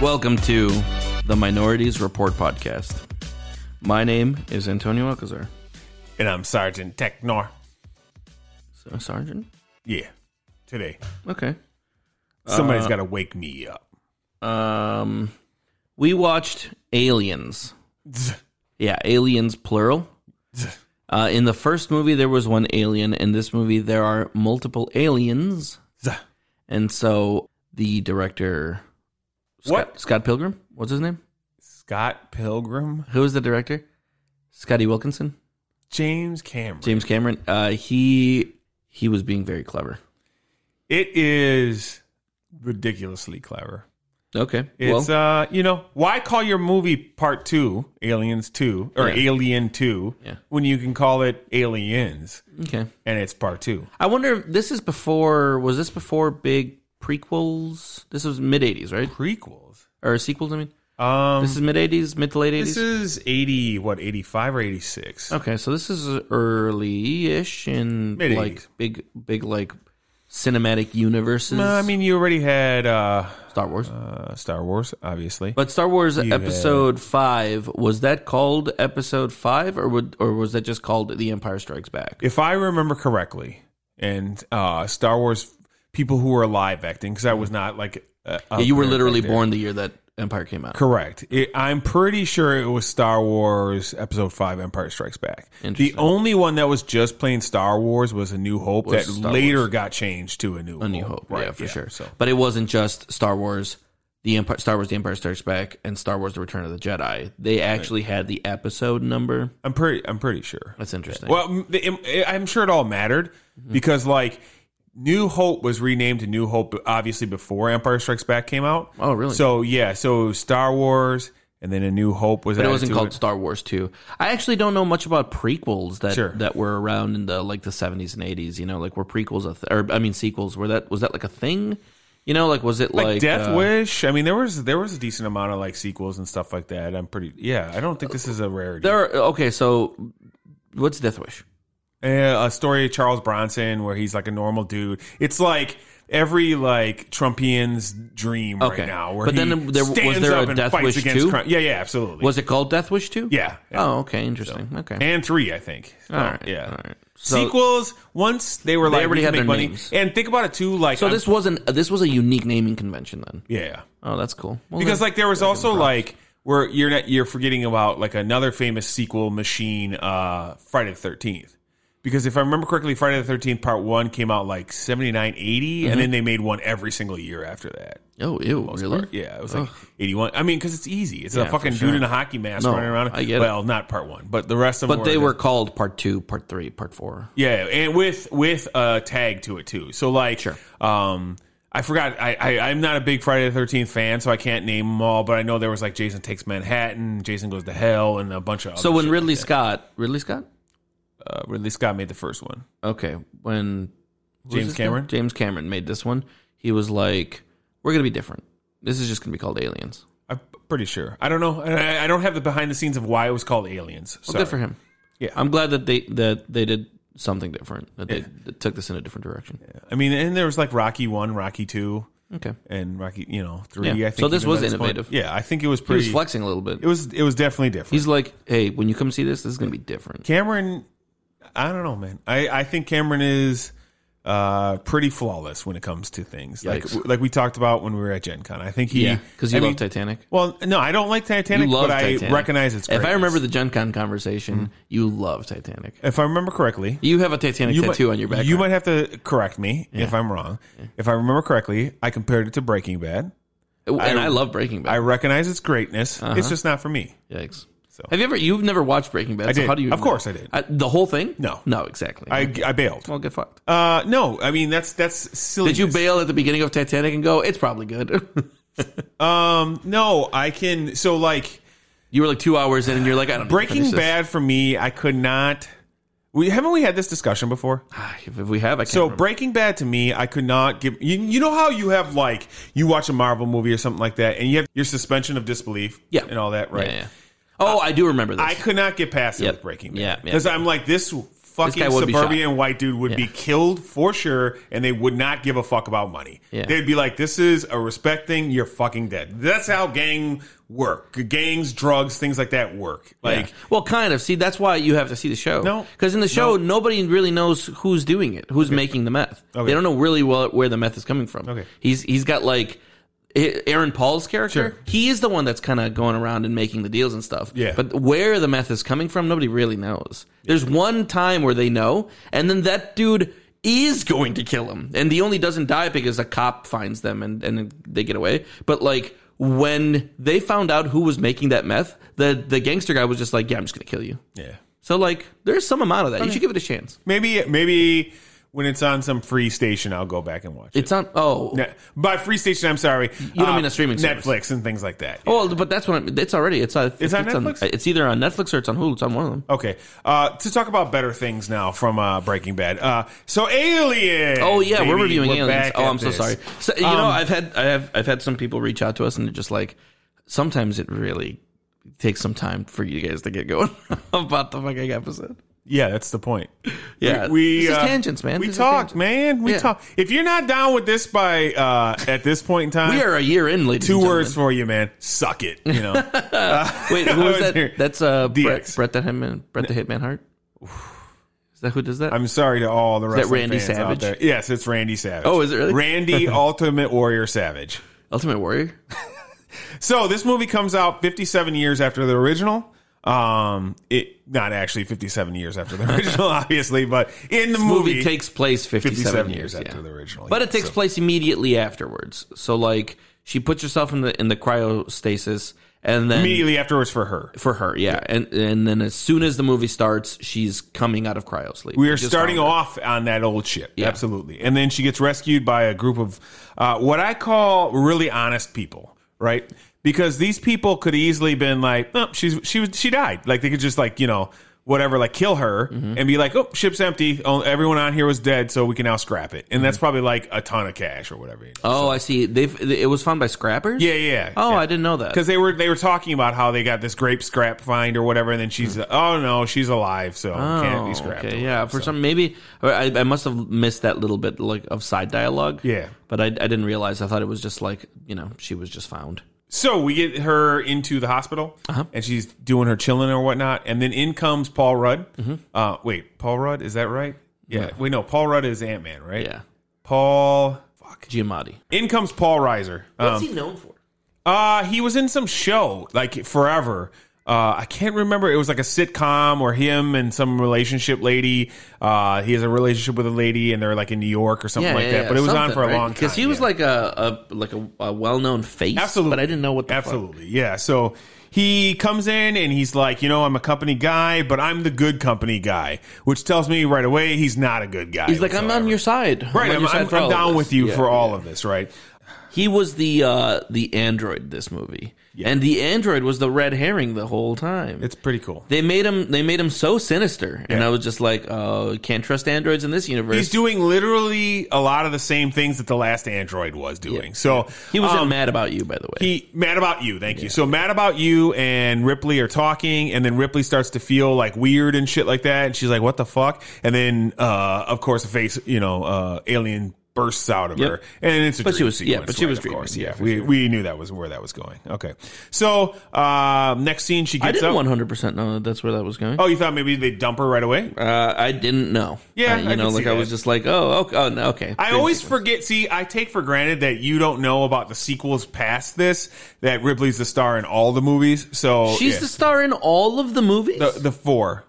Welcome to the Minorities Report podcast. My name is Antonio Alcazar. And I'm Sergeant Technor. So, Sergeant? Yeah, today. Okay. Somebody's Uh, got to wake me up. Um, we watched Aliens. Yeah, Aliens plural. Uh, in the first movie, there was one alien. In this movie, there are multiple aliens, and so the director, Scott, What? Scott Pilgrim, what's his name? Scott Pilgrim, Who is the director? Scotty Wilkinson, James Cameron. James Cameron. Uh, he he was being very clever. It is ridiculously clever. Okay, It's well, uh, you know, why call your movie Part Two, Aliens Two, or Yeah. Alien Two, Yeah. when you can call it Aliens okay. and it's Part Two? I wonder. if This is before. Was this before big prequels? This was mid '80s, right? Prequels. Or sequels? I mean, Um, this is mid '80s, mid to late '80s. this is eighty, what eighty five or eighty six? Okay, so this is early-ish in Mid-eighties. like big, big like cinematic universes. Uh, I mean, you already had uh, Star Wars, uh, Star Wars, obviously. but Star Wars Episode Five was that called Episode Five, or would or was that just called The Empire Strikes Back? if I remember correctly, and uh, Star Wars people who were alive acting because I was not like uh, Yeah, you were literally born. born the year that Empire came out. Correct. It, I'm pretty sure it was Star Wars Episode Five: Empire Strikes Back. The Interesting. only one that was just plain Star Wars was A New Hope that Star later got changed to A New A New Hope, yeah, for sure. So But it wasn't just Star Wars, the Empire, Star Wars, The Empire Strikes Back, and Star Wars: The Return of the Jedi. They actually had the episode number. I'm pretty. I'm pretty sure. That's interesting. Well, m- the- im- I'm sure it all mattered Mm-hmm. because like. New Hope was renamed to New Hope, obviously before Empire Strikes Back came out. Oh, really? So yeah, so Star Wars, and then A New Hope was. But it added wasn't to called Star Wars Two. I actually don't know much about prequels that Sure. that were around in the like the seventies and eighties. You know, like were prequels a th- or I mean sequels? Were that was that like a thing? You know, like was it like, Like, Death uh, Wish. I mean, there was there was a decent amount of like sequels and stuff like that. I'm pretty. Yeah, I don't think this is a rarity. There are, okay, so what's Death Wish? Uh, a story of Charles Bronson where he's like a normal dude. It's like every like Trumpian's dream Okay. right now. Where But then he there- was stands there a up and Death fights Wish against 2? crime. Yeah, yeah, absolutely. Was it called Death Wish Two? yeah. yeah. Oh, okay, interesting. Okay, And three, I think. So, all right, Yeah. all right. So, Sequels. Once they were like, already we can had make their money. names. And think about it too. Like, so I'm- this wasn't this was a unique naming convention then. yeah. Oh, that's cool. Well, because then- like there was also like where you're not you're forgetting about like another famous sequel machine uh friday the 13th because if i remember correctly friday the 13th part 1 came out like 79 80 Mm-hmm. and then they made one every single year after that oh, ew, really? Part- yeah it was like 81 i mean because it's easy it's a for fucking sure. dude in a hockey mask No, running around I get it. well not part 1 but the rest of them But they the- were called Part Two, Part Three, Part Four. yeah, and with with a tag to it too. So like, um, I forgot. I, I I'm not a big Friday the Thirteenth fan, so I can't name them all. But I know there was like Jason Takes Manhattan, Jason Goes to Hell, and a bunch of. So other when Ridley Scott, Ridley Scott, uh, Ridley Scott made the first one, okay, when who was James this guy? Cameron? James Cameron made this one. He was like, "We're gonna be different. This is just gonna be called Aliens." I'm pretty sure. I don't know. I, I don't have the behind the scenes of why it was called Aliens. So Good for him. Yeah. I'm glad that they that they did something different. That they that took this in a different direction. I mean, and there was like Rocky One, Rocky Two, Okay, and Rocky, you know, three. Yeah. I think So this even was by point. innovative. Yeah, I think it was he pretty. was flexing a little bit. it was it was definitely different. He's like, "Hey, when you come see this, this is gonna be different." Cameron, I don't know, man. I, I think Cameron is uh, pretty flawless when it comes to things. Yikes. Like like we talked about when we were at Gen Con. I think he yeah, because you I love mean- Titanic. Well, no, I don't like Titanic, You love but Titanic. I recognize its. If I greatness. Mm-hmm. remember the Gen Con conversation, you love Titanic. if I remember correctly, You have a Titanic you tattoo might, on your back. You might have to correct me if I'm wrong. If I remember correctly, I compared it to Breaking Bad. and I, love Breaking I Bad. recognize its greatness. Uh-huh. It's just not for me. Yikes. Have you ever? You've never watched Breaking Bad. I So did. how do you? Of course I did. the whole thing? No. No, exactly. I, I bailed. well, get fucked. Uh, no, I mean that's that's silly. Did you bail at the beginning of Titanic and go? It's probably good. Um, no, I can. So like. you were like two hours in, and you're like, I don't know, Breaking finish this. Bad for me, I could not. We haven't we had this discussion before. Ah, If, if we have, I can't. So remember. Breaking Bad to me, I could not give. You, you know how you have like you watch a Marvel movie or something like that, and you have your suspension of disbelief, Yeah. and all that, right? Yeah, yeah. Oh, I do remember this. I could not get past it Yep. with Breaking Yeah, Bad yeah. because I'm like this guy fucking would be suburban white dude would be killed for sure, and they would not give a fuck about money. Yeah. They'd be like, "This is a respect thing. You're fucking dead." That's how gang work. Gangs, drugs, things like that work. Like, Yeah. well, kind of. See, that's why you have to see the show. No. because in the show, nobody really knows who's doing it, who's making the meth. They don't know really well where the meth is coming from. Okay. he's he's got like A- Aaron Paul's character. He is the one that's kind of going around and making the deals and stuff. Yeah. but where the meth is coming from, nobody really knows. There's one time where they know, and then that dude. Is going to kill him, and the only doesn't die because a cop finds them and and they get away. But like when they found out who was making that meth, the the gangster guy was just like, "Yeah, I'm just gonna kill you." yeah. So like, there's some amount of that. You should give it a chance. Maybe, maybe when it's on some free station, I'll go back and watch it. It's on. Oh, Ne- By free station, I'm sorry. You don't mean a streaming Netflix service. Oh. and things like that. well, but that's when it's already. It's on. It's on Netflix? it's either on Netflix or it's on Hulu. It's on one of them. Okay, uh, to talk about better things now from uh, Breaking Bad. Uh, so Alien. Oh yeah, we're baby. reviewing aliens. back Oh, at I'm so this. Um, sorry. So, you know, I've had I have I've had some people reach out to us and they're just like, sometimes it really takes some time for you guys to get going about the fucking episode. Yeah, that's the point. Yeah, We this uh, is tangents, man. We This is talk, tangents. man. We Yeah. talk. If you're not down with this by uh, at this point in time, We are a year in, ladies. two and words for you, man. Suck it. You know. Wait, who was that? That's uh, Brett, DX. Brett the Hitman, Brett the Hitman Hart. Is that who does that? I'm sorry to all the rest. Randy fans Savage? Out there. Yes, it's Randy Savage. Oh, is it really? Randy Ultimate Warrior Savage? Ultimate Warrior. So this movie comes out 57 years after the original. Um, it not actually 57 years after the original, obviously, but in the movie, movie, takes place 57, 57 years, years after yeah. the original. But yeah, it takes so- place immediately afterwards. So like she puts herself in the in the cryostasis and then immediately afterwards for her. for her, yeah. And and then as soon as the movie starts, she's coming out of cryo sleep. We are Just starting found her. off on that old ship, absolutely, and then she gets rescued by a group of uh, what I call really honest people, right? Because these people could easily been like, oh, she's she was she died, like they could just like you know whatever, like kill her Mm-hmm. and be like, oh, ship's empty, oh, everyone on here was dead, so we can now scrap it, and that's probably like a ton of cash or whatever. you know. Mm-hmm. Oh, I see. They've it was found by scrappers. Yeah, yeah. Oh, I didn't know that. because they were they were talking about how they got this grape scrap find or whatever, and then she's oh no, she's alive, so can't be Mm-hmm. Oh, scrapped. okay, or yeah. whatever, For so. some maybe I, I must have missed that little bit like of side dialogue. Yeah. but I, I didn't realize. I thought it was just like you know she was just found. So we get her into the hospital, Uh-huh. and she's doing her chilling or whatnot, and then in comes Paul Rudd. Mm-hmm. Uh, wait, Paul Rudd is that right? Yeah. Wait, no, Paul Rudd is Ant Man, right? Yeah, Paul. Fuck. Giamatti. In comes Paul Reiser. Um, What's he known for? uh, he was in some show like forever. Uh, I can't remember. It was like a sitcom or him and some relationship lady. Uh, he has a relationship with a lady, and they're like in New York or something like that. but it was on something, for a right? long time. because he was yeah. like a, a like a, a well known face. Absolutely. but I didn't know what the Fuck. Absolutely. Yeah. So he comes in and he's like, you know, I'm a company guy, but I'm the good company guy, which tells me right away he's not a good guy. He's like, I'm on your side. Right. on I'm, your I'm, side for all I'm of down this. with you Yeah. for all of this, right? He was the uh, the android this movie, and the android was the red herring the whole time. It's pretty cool. they made him. They made him so sinister, and Yeah. I was just like, "Oh, can't trust androids in this universe." He's doing literally a lot of the same things that the last android was doing. So he was um, in mad about you, by the way. He mad about you. Thank you. So mad about you and Ripley are talking, and then Ripley starts to feel like weird and shit like that. And she's like, "What the fuck?" And then, uh, of course, a face, you know, uh, alien bursts out of Yep. her, and it's a But she dream was- yeah, sequence, but she right, was of dreaming, course. yeah, Yeah, for we we knew that was where that was going. Okay, so uh, next scene, she I gets didn't up. one hundred percent know that that's where that was going. Oh, you thought maybe they dump her right away? Uh, I didn't know. Uh, Yeah, you I know, can like see I was that. just like, "Oh, okay." Oh, no, okay. I always forget. See, I take for granted that you don't know about the sequels past this. That Ripley's the star in all the movies, so She's yeah. the star in all of the movies. the the four.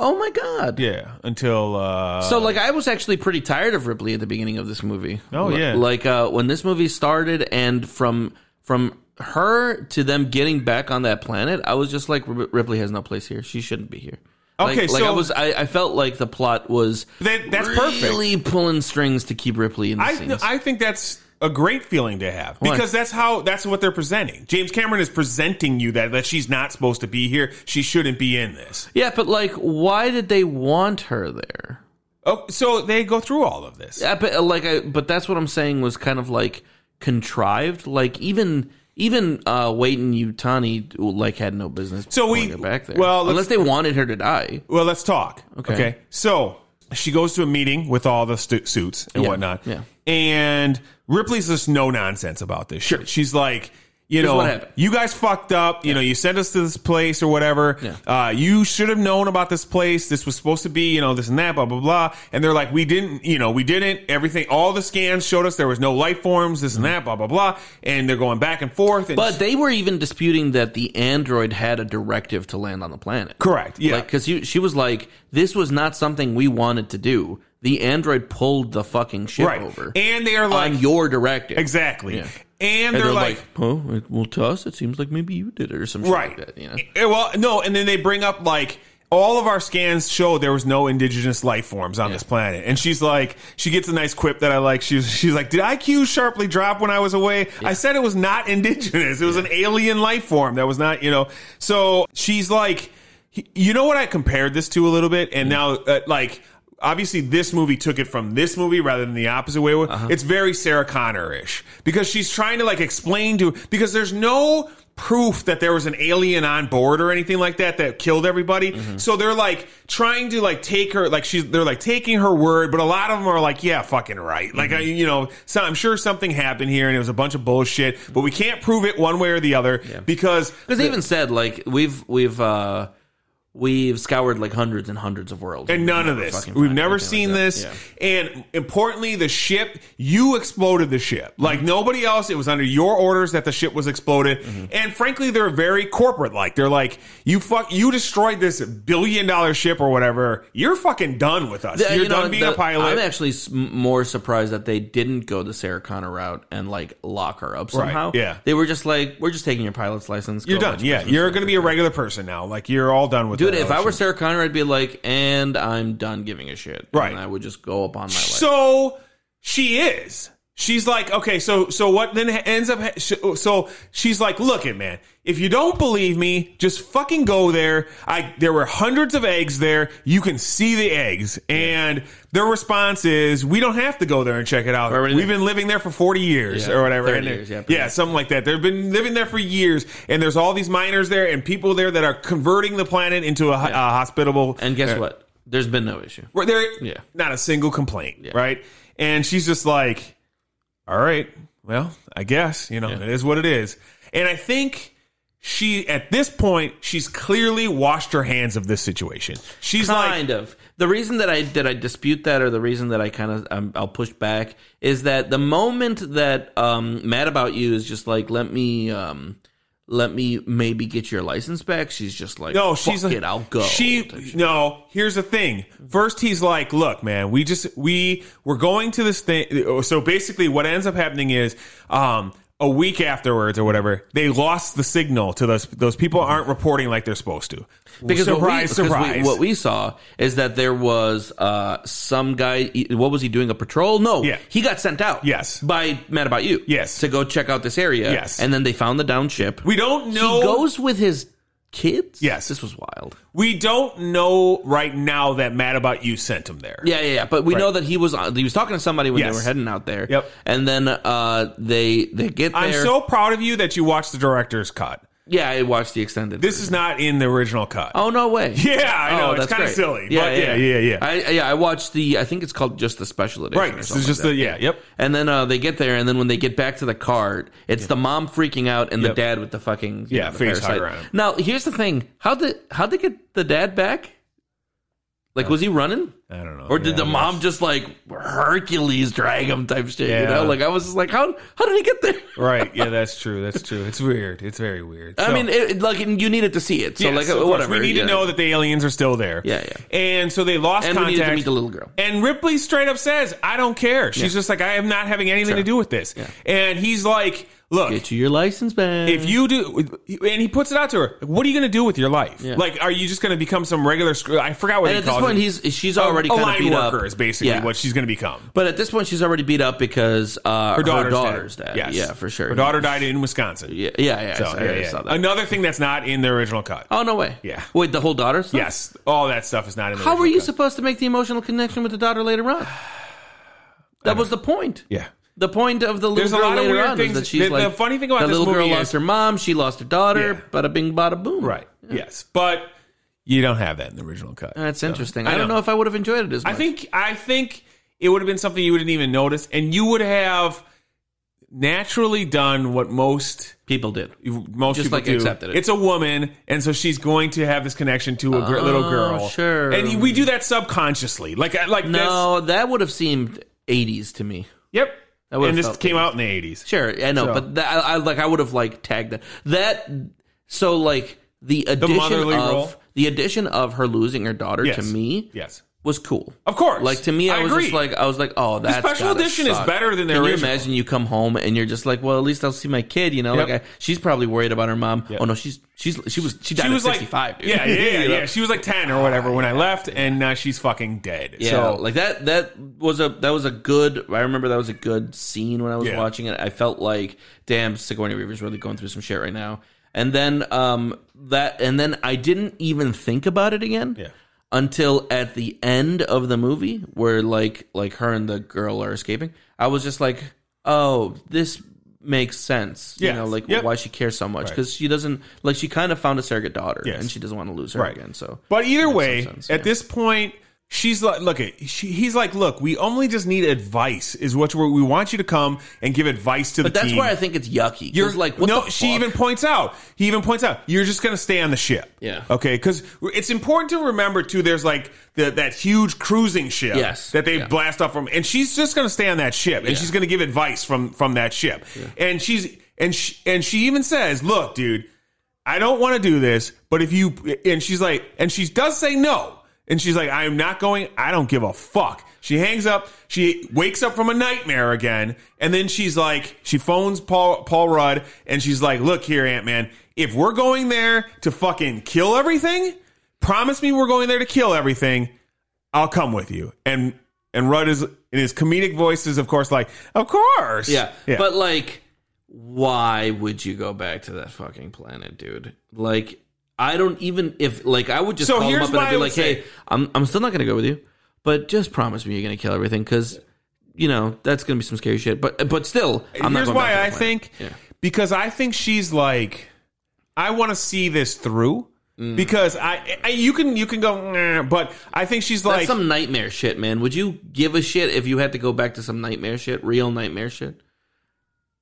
oh my god! Yeah, until uh So like I was actually pretty tired of Ripley at the beginning of this movie. Oh, yeah. Like uh, when this movie started and from from her to them getting back on that planet, I was just like "Rip- Ripley has no place here. She shouldn't be here. Like- Okay, like, I so- was I, I felt like the plot was That- that's perfect. really pulling strings to keep Ripley in the I scenes. I think that's a great feeling to have because that's how that's what they're presenting. James Cameron is presenting you that that she's not supposed to be here. She shouldn't be in this. yeah, but like why did they want her there? Oh, so they go through all of this. Yeah, but, uh, like I, but that's what I'm saying was kind of like contrived. Like even Even uh, Wade and Utani like had no business. So we- pulling her back there. well, let's- unless they wanted her to die. Well, let's talk. Okay. Okay. So she goes to a meeting with all the stu- suits and Yeah, whatnot. yeah. And Ripley's just no nonsense about this. Sure. She's like, you what know, happened. you guys fucked up. You know, you sent us to this place or whatever. Uh, you should have known about this place. This was supposed to be, you know, this and that, blah, blah, blah. And they're like, we didn't, you know, we didn't. Everything, all the scans showed us there was no life forms, this and that, blah, blah, blah. And they're going back and forth. And Mm-hmm. But they were even disputing that the android had a directive to land on the planet. correct. Yeah. Like, because she was like, this was not something we wanted to do. The android pulled the fucking ship right. over And they are like, on your directive. exactly. Yeah. And, And they're, like oh, it- well, to us, it seems like maybe you did it or some shit right like that. You know? Eh, well no and then they bring up like all of our scans show there was no indigenous life forms on this planet and she's like she gets a nice quip that i like she's she's like did iq sharply drop when i was away i said it was not indigenous it was an alien life form that was not you know so she's like he- you know what i compared this to a little bit and now uh, like obviously this movie took it from this movie rather than the opposite way. It's very Sarah Connor-ish because she's trying to like explain to because there's no proof that there was an alien on board or anything like that that killed everybody. So they're like trying to like take her like she's they're like taking her word, but a lot of them are like, yeah, fucking right. Like I, you know, so I'm sure something happened here and it was a bunch of bullshit, but we can't prove it one way or the other because Because they even said like we've we've uh we've scoured like hundreds and hundreds of worlds, and none of Never this. fucking We've find never anything like seen that. this. Yeah. And importantly, the ship, you exploded the ship. Like nobody else, it was under your orders that the ship was exploded. Mm-hmm. And frankly, they're very corporate like. They're like, you fuck you destroyed this billion dollar ship or whatever. You're fucking done with us. Yeah, You're you know, done being the- a pilot. I'm actually s- more surprised that they didn't go the Sarah Connor route and like lock her up somehow. yeah. they were just like, we're just taking your pilot's license. you're done. Yeah. You're gonna be a regular person now. Like you're all done with Dude, that if I other were shit. Sarah Connor, I'd be like, and I'm done giving a shit. Right. And I would just go upon my life. So she is. She's like, okay, so so what then ha- ends up? ha- sh- So she's like, look it, man. If you don't believe me, just fucking go there. I there were hundreds of eggs there. You can see the eggs, and their response is, we don't have to go there and check it out. already We've there." been living there for forty years Yeah, or whatever. 30 And they- years, yeah, pretty yeah, something like that. They've been living there for years, and there's all these miners there and people there that are converting the planet into a, ho- a hospitable uh, and guess what? There's been no issue. where there, Yeah. not a single complaint, right? And she's just like, "All right, well, I guess you know it is what it is." And I think she, at this point, she's clearly washed her hands of this situation. She's like, kind of the reason that i that i dispute that or the reason that i kind of um, i'll push back is that the moment that um mad about you is just like let me um let me maybe get your license back she's just like No, she's Fuck like, it i'll go She no. Here's the thing. First, he's like, "Look, man, we just we we're going to this thing." So basically, what ends up happening is, um, a week afterwards or whatever, they lost the signal to those those people aren't reporting like they're supposed to. because surprise, what we, because we- surprise. what we saw is that there was uh, some guy. e, What was he doing? A patrol? No, Yeah. he got sent out. Yes. by Mad About You. Yes. to go check out this area. Yes. and then they found the down ship. we don't know. he goes with his kids. Yes. this was wild. we don't know right now that Mad About You sent him there. Yeah, yeah, yeah. But we know that he was on, he was talking to somebody when Yes. they were heading out there. Yep. And then uh, they they get there. I'm so proud of you that you watched the director's cut. yeah, I watched the extended. This is not in the original cut. oh no way. Yeah, I know. Oh, it's that's kind of great. silly. but yeah, yeah, yeah. I, yeah, I watched the. I think it's called just the special edition. right. or This something is just like the that. yeah. Yep. And then uh, they get there, and then when they get back to the car, it's the mom freaking out and Yep. the dad with the fucking you Yeah, know, the face hugger parasite. on him. Now here's the thing: how did how would they get the dad back? Like, Uh, was he running? I don't know. Or did the Yeah, I mom just like Hercules drag him type shit? You Yeah. know, like I was just like, how how did he get there? guess. Right. Yeah, that's true. That's true. It's weird. It's very weird. I So- mean, it, it- like you needed to see it, so Yes, like of course. whatever. We need yeah. to know that the aliens are still there. Yeah, yeah. And so they lost and we contact. needed to meet the little girl. And Ripley straight up says, "I don't care." She's just like, "I am not having anything to do with this." And he's like, "Look, Get you your license back. if you do," and he puts it out to her. What are you going to do with your life? Like, are you just going to become some regular? Screw- I forgot what and he at this calls point, it. he's she's A- already a kind of line beat worker up. is basically Yeah. what she's going to become. But at this point, she's already beat up because uh, her daughter's, dead. Yes. Yeah, for sure. Her daughter died in Wisconsin. Yeah, yeah, yeah. I So, saw- I, yeah, yeah. saw that. Another thing that's not in the original cut. oh no way. Yeah. Wait, the whole daughter. Stuff? Yes, all that stuff is not in the How original were you cut. supposed to make the emotional connection with the daughter later on? That was the point. Yeah. the point of the little There's a girl lot of later weird on things- is that she's the- the like funny thing about that this little girl movie lost is- her mom, she lost her daughter, Yeah. bada bing, bada boom. Right. Yes, but you don't have that in the original cut. That's So, interesting. I, don't know. know if I would have enjoyed it as much. I think I think it would have been something you wouldn't even notice, and you would have naturally done what most people did. most Just, people like, do. accepted it. It's a woman, and so she's going to have this connection to a gr- little Oh, girl. sure. and we do that subconsciously. Like I- like that's, No, that would have seemed 80s to me. yep. That would've and this felt came out in the eighties. Sure, I know, So- but that, I, I like I would have like tagged that. That so like the addition motherly of role? the addition of her losing her daughter Yes. to me Yes, was cool. of course. Like to me, I, was agree. just like, I was like, oh, that's special gotta edition is suck. better than the Can original. you imagine you come home and you're just like, well, at least I'll see my kid. You know, Yep. like I, she's probably worried about her mom. Yep. Oh no, she's she's she was she died she was at like 65. dude. yeah, yeah, yeah, You know? yeah. She was like ten or whatever when I left, and now she's fucking dead. Yeah, so like that. That was a that was a good. I remember that was a good scene when I was Yeah. watching it. I felt like, damn, Sigourney Weaver's really going through some shit right now. And then um that, and then I didn't even think about it again. Yeah. Until at the end of the movie, where like like her and the girl are escaping, I was just like, oh, this makes sense. Yes. You know, like Yep. why she cares so much because she doesn't like she kind of found a surrogate daughter Yes. and she doesn't want to lose her Right. again. So But either way, sense, at yeah. this point, she's like, look, she, he's like, look, we only just need advice. Is what we're, we want you to come and give advice to But the that's team. where I think it's yucky. You're like, what no. the She fuck? even points out. He even points out. You're just gonna stay on the ship. Yeah. Okay. Because it's important to remember too. There's like the, that huge cruising ship. Yes. That they Yeah. blast off from, and she's just gonna stay on that ship, and she's gonna give advice from from that ship, and she's and she, and she even says, "Look, dude, I don't want to do this, but if you and she's like, and she does say no, and she's like, I am not going. I don't give a fuck. She hangs up. She wakes up from a nightmare again, and then she's like, she phones Paul Paul Rudd, and she's like, Look here, Ant Man, if we're going there to fucking kill everything, promise me we're going there to kill everything. I'll come with you. And and Rudd is in his comedic voice is of course like, of course, yeah. But like, why would you go back to that fucking planet, dude? Like, I don't even if like I would just So call him here's up and why I'd be I would like, hey, say- I'm I'm still not gonna go with you, but just promise me you're gonna kill everything because you know that's gonna be some scary shit. But but still, I'm not here's going back why to that I planet. think Yeah. because I think she's like, I want to see this through because I, I you can you can go, "Nah," but I think she's That's like some nightmare shit, man. Would you give a shit if you had to go back to some nightmare shit, real nightmare shit?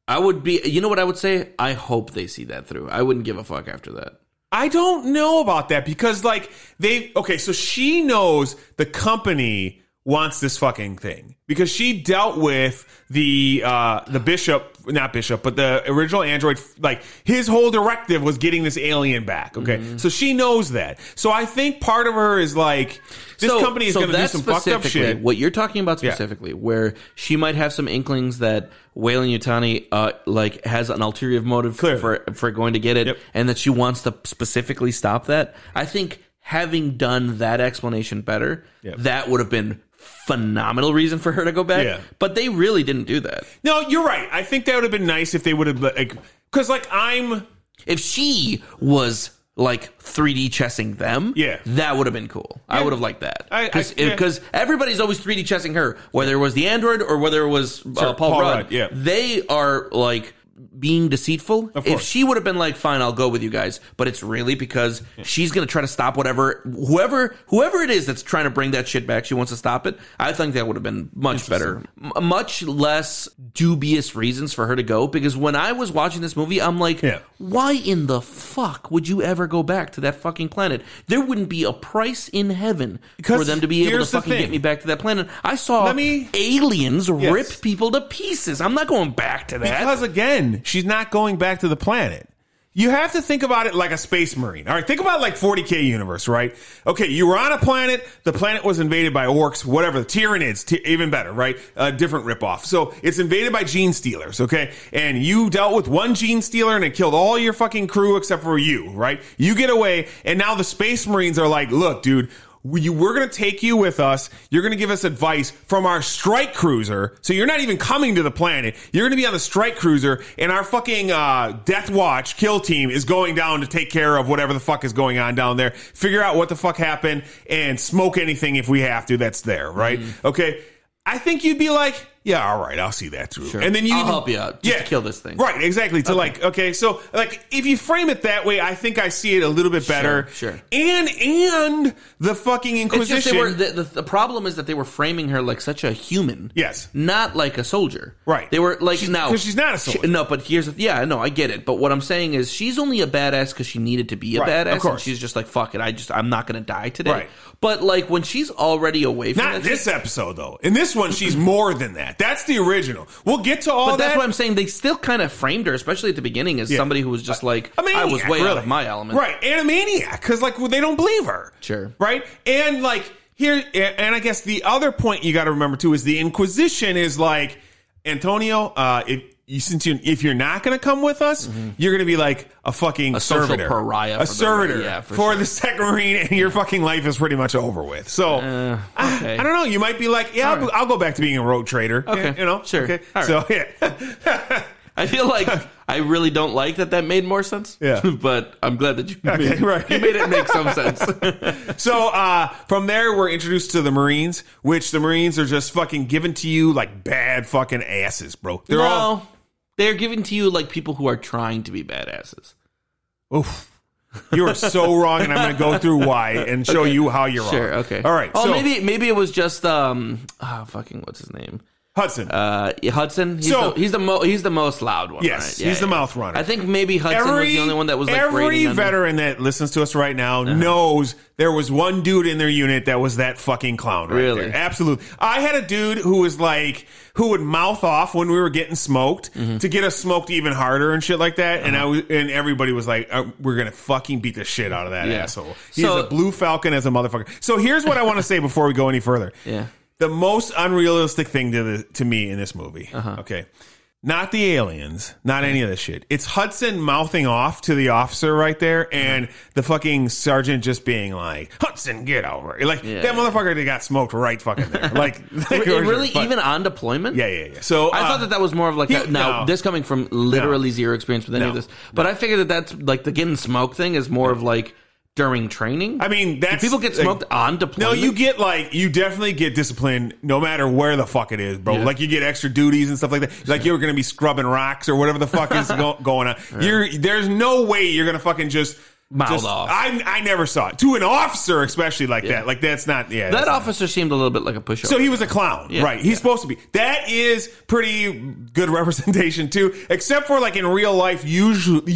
I would be. You know what I would say? I hope they see that through. I wouldn't give a fuck after that. I don't know about that because like they okay, so she knows the company wants this fucking thing because she dealt with the uh the bishop not bishop but the original android like his whole directive was getting this alien back okay Mm-hmm. so she knows that so i think part of her is like this So- company is so going to do that's some fucked up specifically- shit What you're talking about specifically, where she might have some inklings that Waylon Yutani uh, like has an ulterior motive Clearly. for for going to get it, Yep. and that she wants to specifically stop that. I think having done that explanation better, Yep. that would have been phenomenal reason for her to go back. Yeah. But they really didn't do that. no you're right i think that would have been nice if they would have like because like i'm If she was like 3D chessing them, Yeah. that would have been cool. I would have liked that I- I- because yeah. everybody's always 3D chessing her, whether it was the android or whether it was uh, Sure, Paul, Paul Rudd. Rudd, yeah. they are like being deceitful. Of If course. she would have been like, "Fine, I'll go with you guys," but it's really because she's going to try to stop whatever, whoever, whoever it is that's trying to bring that shit back. She wants to stop it. I think that would have been much better, M- much less dubious reasons for her to go. Because when I was watching this movie, I'm like, Yeah. why in the fuck would you ever go back to that fucking planet? There wouldn't be a price in heaven for Because them to be able to here's the fucking get thing. me back to that planet. I saw Let me- aliens Yes. rip people to pieces. I'm not going back to that. Because again, she's not going back to the planet. You have to think about it like a space marine. All right, think about like 40k universe, right? Okay, you were on a planet. The planet was invaded by orcs, whatever. The Tyranids, t- even better, right? A different ripoff. So it's invaded by gene stealers, okay? And you dealt with one gene stealer and it killed all your fucking crew except for you, right? You get away, and now the space marines are like, look, dude, we, you- we're going to take you with us. You're going to give us advice from our strike cruiser. So you're not even coming to the planet. You're going to be on the strike cruiser, and our fucking uh, Death Watch kill team is going down to take care of whatever the fuck is going on down there. Figure out what the fuck Mm-hmm. happened and smoke anything if we have to. That's there, right? Okay. I think you'd be like, yeah, all right, I'll see that through. And then you I'll even- help you out just to kill this thing. Right, exactly. To like, okay, so like if you frame it that way, I think I see it a little bit better. sure. And and the fucking It's Inquisition. just they were the, the, the problem is that they were framing her like such a human. Yes. Not like a soldier. Right. They were like now 'cause she's not a soldier. She- no, but here's the- yeah, no, I get it. But what I'm saying is she's only a badass because she needed to be a Right, of badass. And course. she's just like fuck it. I just I'm not gonna die today. Right. But like when she's already away from Not that this shit- episode though. In this one, she's more than that. That's the original. We'll get to all But that's that. what I'm saying. They still kind of framed her, especially at the beginning, as somebody who was just like, A maniac, I was way out really. of my element. Right, and a maniac because like well, they don't believe her. Sure. Right, and like here, and I guess the other point you got to remember too is the Inquisition is like Antonio. Uh, if you since you if you're not going to come with us, you're going to be like a fucking a Mm-hmm. social servitor, pariah a for the- servitor yeah, for, for sure. the second marine, and your fucking life is pretty much over with. So. I- Uh, okay. I, don't know. You might be like, yeah, I'll, right. I'll go back to being a road trader. Okay. you know, Sure. Okay, All so yeah, I feel like I really don't like that. That made more sense. Yeah. but I'm glad that you Okay, made, right. you made it make some sense. So uh, from there, we're introduced to the Marines, which the Marines are just fucking given to you like bad fucking asses, bro. They're no, all they're giving to you like people who are trying to be badasses. oof. You are so wrong, and I'm going to go through why and show you how you're Sure. wrong. Okay. All right. Oh, so maybe maybe it was just um. Ah, fucking what's his name? Hudson. Uh, Hudson. He's So- the, he's the mo- he's the most loud one. yes, right? Yeah, he's the yeah. mouth runner. I think maybe Hudson was the only one that was like Uh-huh. every raiding on- veteran that listens to us right now knows there was one dude in their unit that was that fucking clown. Right Really? there. Absolutely. I had a dude who was like who would mouth off when we were getting smoked Mm-hmm. to get us smoked even harder and shit like that. Uh-huh. And I was, and everybody was like, "Uh, "We're gonna fucking beat the shit out of that Yeah. asshole." He's So- a blue falcon as a motherfucker. So here's what I want to say before we go any further. Yeah. The most unrealistic thing to the, to me in this movie. Uh-huh. Okay. Not the aliens, not any of this shit. It's Hudson mouthing off to the officer right there Uh-huh. and the fucking sergeant just being like, Hudson, get over. it." Like that motherfucker that got smoked right fucking there. Like, It really even on deployment. Yeah, yeah, yeah. So I uh, thought that that was more of like he- a, now no. this coming from literally zero experience with any of No. this, but I figured that that's like the getting smoked thing is more of like during training. I mean that's people get like, smoked on No, deployment. you get like you definitely get disciplined no matter where the fuck it is, bro. Yeah. Like you get extra duties and stuff like that. Like you're gonna be scrubbing rocks or whatever the fuck is go- going on. You're there's no way you're gonna fucking just Mouth just- off. I I never saw it to an officer, especially like that. Like that's not yeah. that that's not- officer seemed a little bit like a pushover. so he was a clown, Yeah, right? He's supposed to be. That is pretty good representation too, except for like in real life. Usually,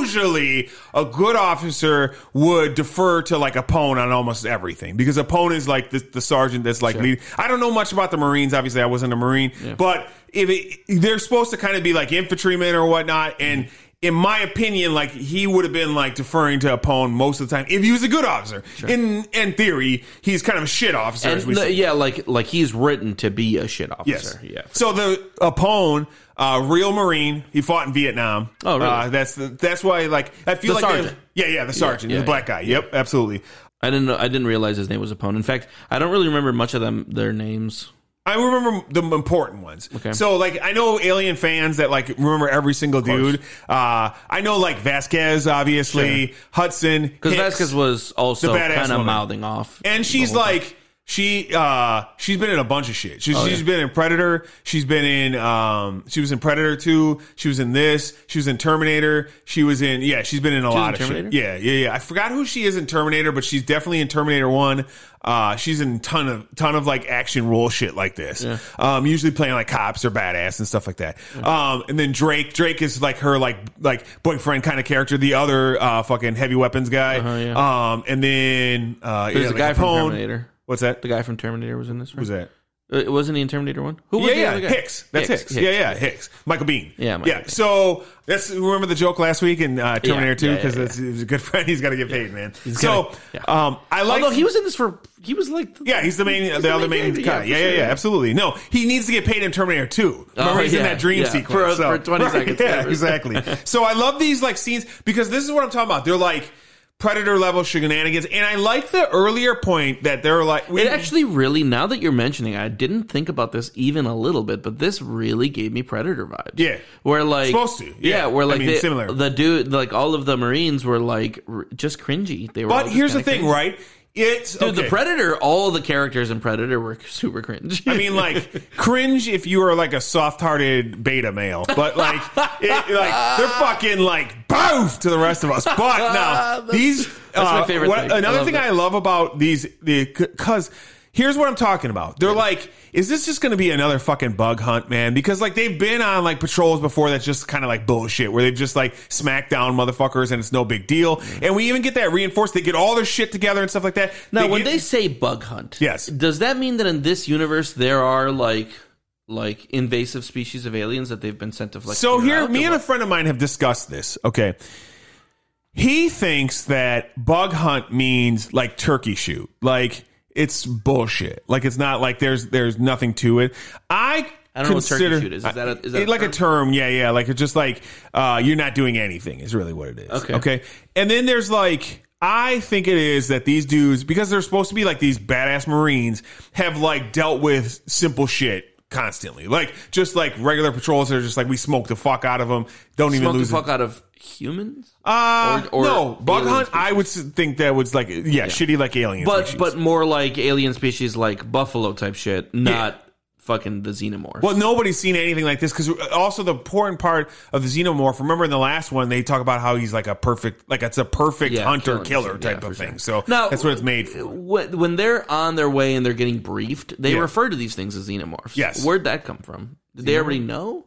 usually a good officer would defer to like a pone on almost everything because a pone is like the, the sergeant that's like leading. I don't know much about the Marines. Obviously, I wasn't a Marine, but if it, they're supposed to kind of be like infantrymen or whatnot, and Mm-hmm. in my opinion, like he would have been like deferring to a pone most of the time if he was a good officer. In in theory, he's kind of a shit officer. and as we the- say. yeah, like like he's written to be a shit officer. Yeah. So the Apone, uh, real Marine, he fought in Vietnam. Oh, really? Uh, that's the, that's why. Like I feel The like sergeant. yeah, yeah, the sergeant, yeah, the black guy. Yep, absolutely. I didn't know. I didn't realize his name was Apone. In fact, I don't really remember much of them their names. I remember the important ones. Okay. So like I know Alien fans that like remember every single dude. Uh, I know like Vasquez, obviously Hudson, Because Hicks. Vasquez was also The badass kind of woman. mouthing off, and she's like she uh she's been in a bunch of shit. She, Oh, she's been in Predator. She's been in um she was in Predator two. She was in this. She was in Terminator. She was in yeah. She's been in a lot in of Terminator? shit. Yeah, yeah, yeah. I forgot who she is in Terminator, but she's definitely in Terminator one. Uh, she's in ton of ton of like action role shit like this. Um, usually playing like cops or badass and stuff like that. Um, and then Drake, Drake is like her like like boyfriend kind of character. The other uh fucking heavy weapons guy. Uh-huh, yeah. Um, and then uh, There's yeah, a like guy from Capone. Terminator. What's that? The guy from Terminator was in this. Right? Who's that? Uh, wasn't he in Terminator One? Who was Yeah, the yeah, other guy? Hicks. That's Hicks. Yeah, yeah, Hicks. Michael Bean. Yeah, Michael yeah. Biehn. So that's remember the joke last week in uh, Terminator Two yeah, yeah, because yeah. he was a good friend. He's got to get paid, man. gotta- So yeah. um, I like. Although he was in this for, he was like, yeah, he's the main, the other main character, guy. for Yeah, yeah, sure. Oh, yeah, absolutely. No, he needs to get paid in Terminator Two. Remember, he's in yeah, that dream yeah. sequence For- so- for 20 Right, seconds, Yeah, whatever. exactly. so I love these like scenes because this is what I'm talking about. They're like predator level shenanigans, and I like the earlier point that they're like. we- It actually really, now that you're mentioning, I didn't think about this even a little bit, but this really gave me Predator vibes. Yeah. where like Supposed to, yeah. where I like mean, the, similar. the dude, like all of the Marines were like r- just cringy. They were, all But just here's the kinda thing, cringy. right? It's Dude, okay. the Predator, all the characters in Predator were super cringe. I mean, like cringe if you are like a soft-hearted beta male, but like, it, like they're fucking like boof to the rest of us. But now these, uh, That's my favorite thing. I Another love thing that. I love about these, the because here's what I'm talking about. They're like, is this just going to be another fucking bug hunt, man? Because like they've been on like patrols before that's just kind of like bullshit, where they've just like smacked down motherfuckers and it's no big deal. And we even get that reinforced. They get all their shit together and stuff like that. now, when get- they say bug hunt, Yes. does that mean that in this universe there are like like invasive species of aliens that they've been sent to like? So clear here, out me or and a what? friend of mine have discussed this. Okay. He thinks that bug hunt means like turkey shoot. Like it's bullshit. Like it's not like there's there's nothing to it. I I don't know what turkey consider, shoot is. Is that a- is that a like term? a term? Yeah, yeah. Like it's just like uh, you're not doing anything is really what it is. Okay. Okay. And then there's like I think it is that these dudes because they're supposed to be like these badass Marines have like dealt with simple shit constantly. Like just like regular patrols that are just like we smoke the fuck out of them. Don't even smoke the lose. it. fuck out of humans. Uh, Or- or no, bug alien hunt. I would s- think that was like yeah, shitty like alien. but species. but more like alien species like buffalo type shit, not fucking the xenomorphs. Well, nobody's seen anything like this because also the important part of the xenomorph. Remember in the last one, they talk about how he's like a perfect, like it's a perfect Yeah, hunter killing killer machine. Yeah, type for of sure. thing. So Now- that's what it's made for. Wh- when they're on their way and they're getting briefed, they Yeah. refer to these things as xenomorphs. Yes. Where'd that come from? Did they already know?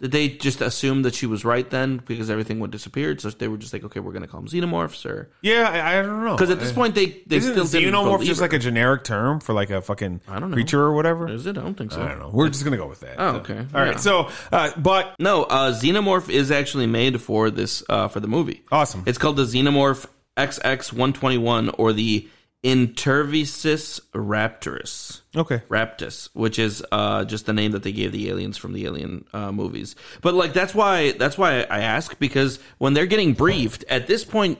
Did they just assume that she was right then because everything would disappeared? So they were just like, okay, we're going to call them xenomorphs, or Yeah, I, I don't know. Uh, because at this point they they isn't still didn't xenomorph believe just her. like a generic term for like a fucking don't know. creature or whatever? Is it? I don't think so. I don't know. We're just gonna go with that. Oh, okay. All right. Yeah. So, uh, but No, uh, xenomorph is actually made for this uh, for the movie. awesome. It's called the Xenomorph XX121 or the Intervisis raptorus. okay. Raptus, which is uh, just the name that they gave the aliens from the Alien uh, movies. But like that's why that's why I ask because when they're getting briefed at this point,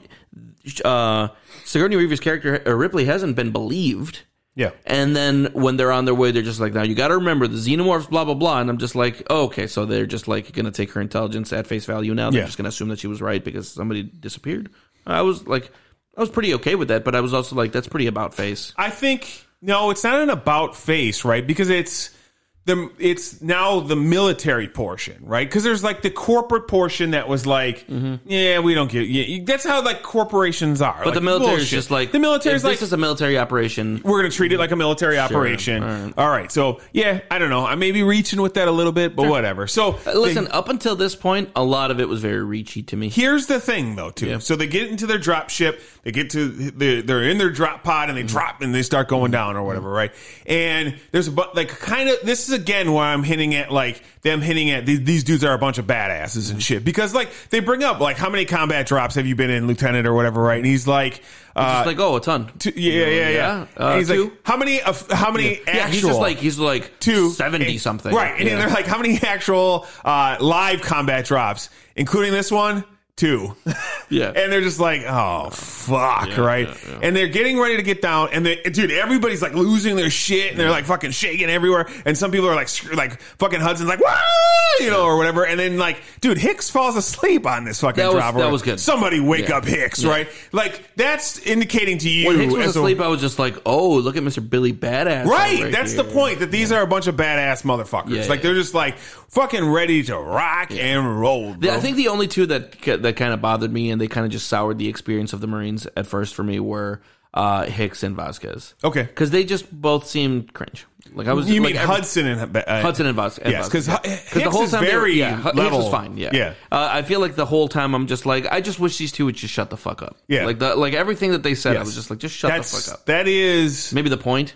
uh, Sigourney Weaver's character uh, Ripley hasn't been believed. Yeah. And then when they're on their way, they're just like, now you got to remember the xenomorphs, blah, blah, blah. And I'm just like, oh, okay, so they're just like going to take her intelligence at face value now. They're Yeah. just going to assume that she was right because somebody disappeared. I was like, I was pretty okay with that, but I was also like, that's pretty about face. I think no, it's not an about face, right? Because it's the it's now the military portion, right? Because there's like the corporate portion that was like, yeah, we don't get. Yeah, you- that's how like corporations are. Mm-hmm. But the military is just like, the military if is like this is a military operation. we're going to treat it like a military operation. All right. So yeah, I don't know. I may be reaching with that a little bit, but whatever. So Uh, Listen, up until this point, a lot of it was very reachy to me. Here's the thing, though, too. So they get into their drop ship. They get to the, they're in their drop pod and they drop and they start Mm-hmm. going down or whatever, right? And there's a bu- like kind of this is again where I'm hinting at like them hinting at these, these dudes are a bunch of badasses and shit because like they bring up like how many combat drops have you been in, Lieutenant or whatever, right? And he's like, uh, It's like, oh, a ton. two- yeah, yeah, yeah. Yeah, And uh, he's two. like, how many of how many actual? Yeah, he's just like, he's like to 70 and- something. Right. And Yeah. they're like, how many actual uh, live combat drops, including this one? Two. Yeah. and they're just like, oh, fuck, right? yeah, yeah. And they're getting ready to get down. And they, dude, everybody's like losing their shit and they're like fucking shaking everywhere. And some people are like, sc- like fucking Hudson's like, wow, you know, or whatever. And then like, dude, Hicks falls asleep on this fucking That was- drop. that or whatever. was good. Somebody wake Yeah. up Hicks, Yeah. right? Like, that's indicating to you. when Hicks was as a- asleep, I was just like, "Oh, look at Mr. Billy Badass." Right. over That's here. the point that these are a bunch of badass motherfuckers. Yeah, like yeah, they're just like fucking ready to rock and roll. The- Bro. I think the only two that ca- that kind of bothered me and they kind of just soured the experience of the Marines at first for me were uh, Hicks and Vasquez okay. because they just both seemed cringe. Like I was, You like, mean every- Hudson and uh, Hudson and Vasquez? Yes, 'cause Hu- Hicks is they were- very yeah, Hu- level. Hicks was fine. Yeah, Yeah. Uh, I feel like the whole time I'm just like, I just wish these two would just shut the fuck up. Yeah. like the, like everything that they said, I Yes. was just like, just shut the That's fuck up. that is Maybe the point.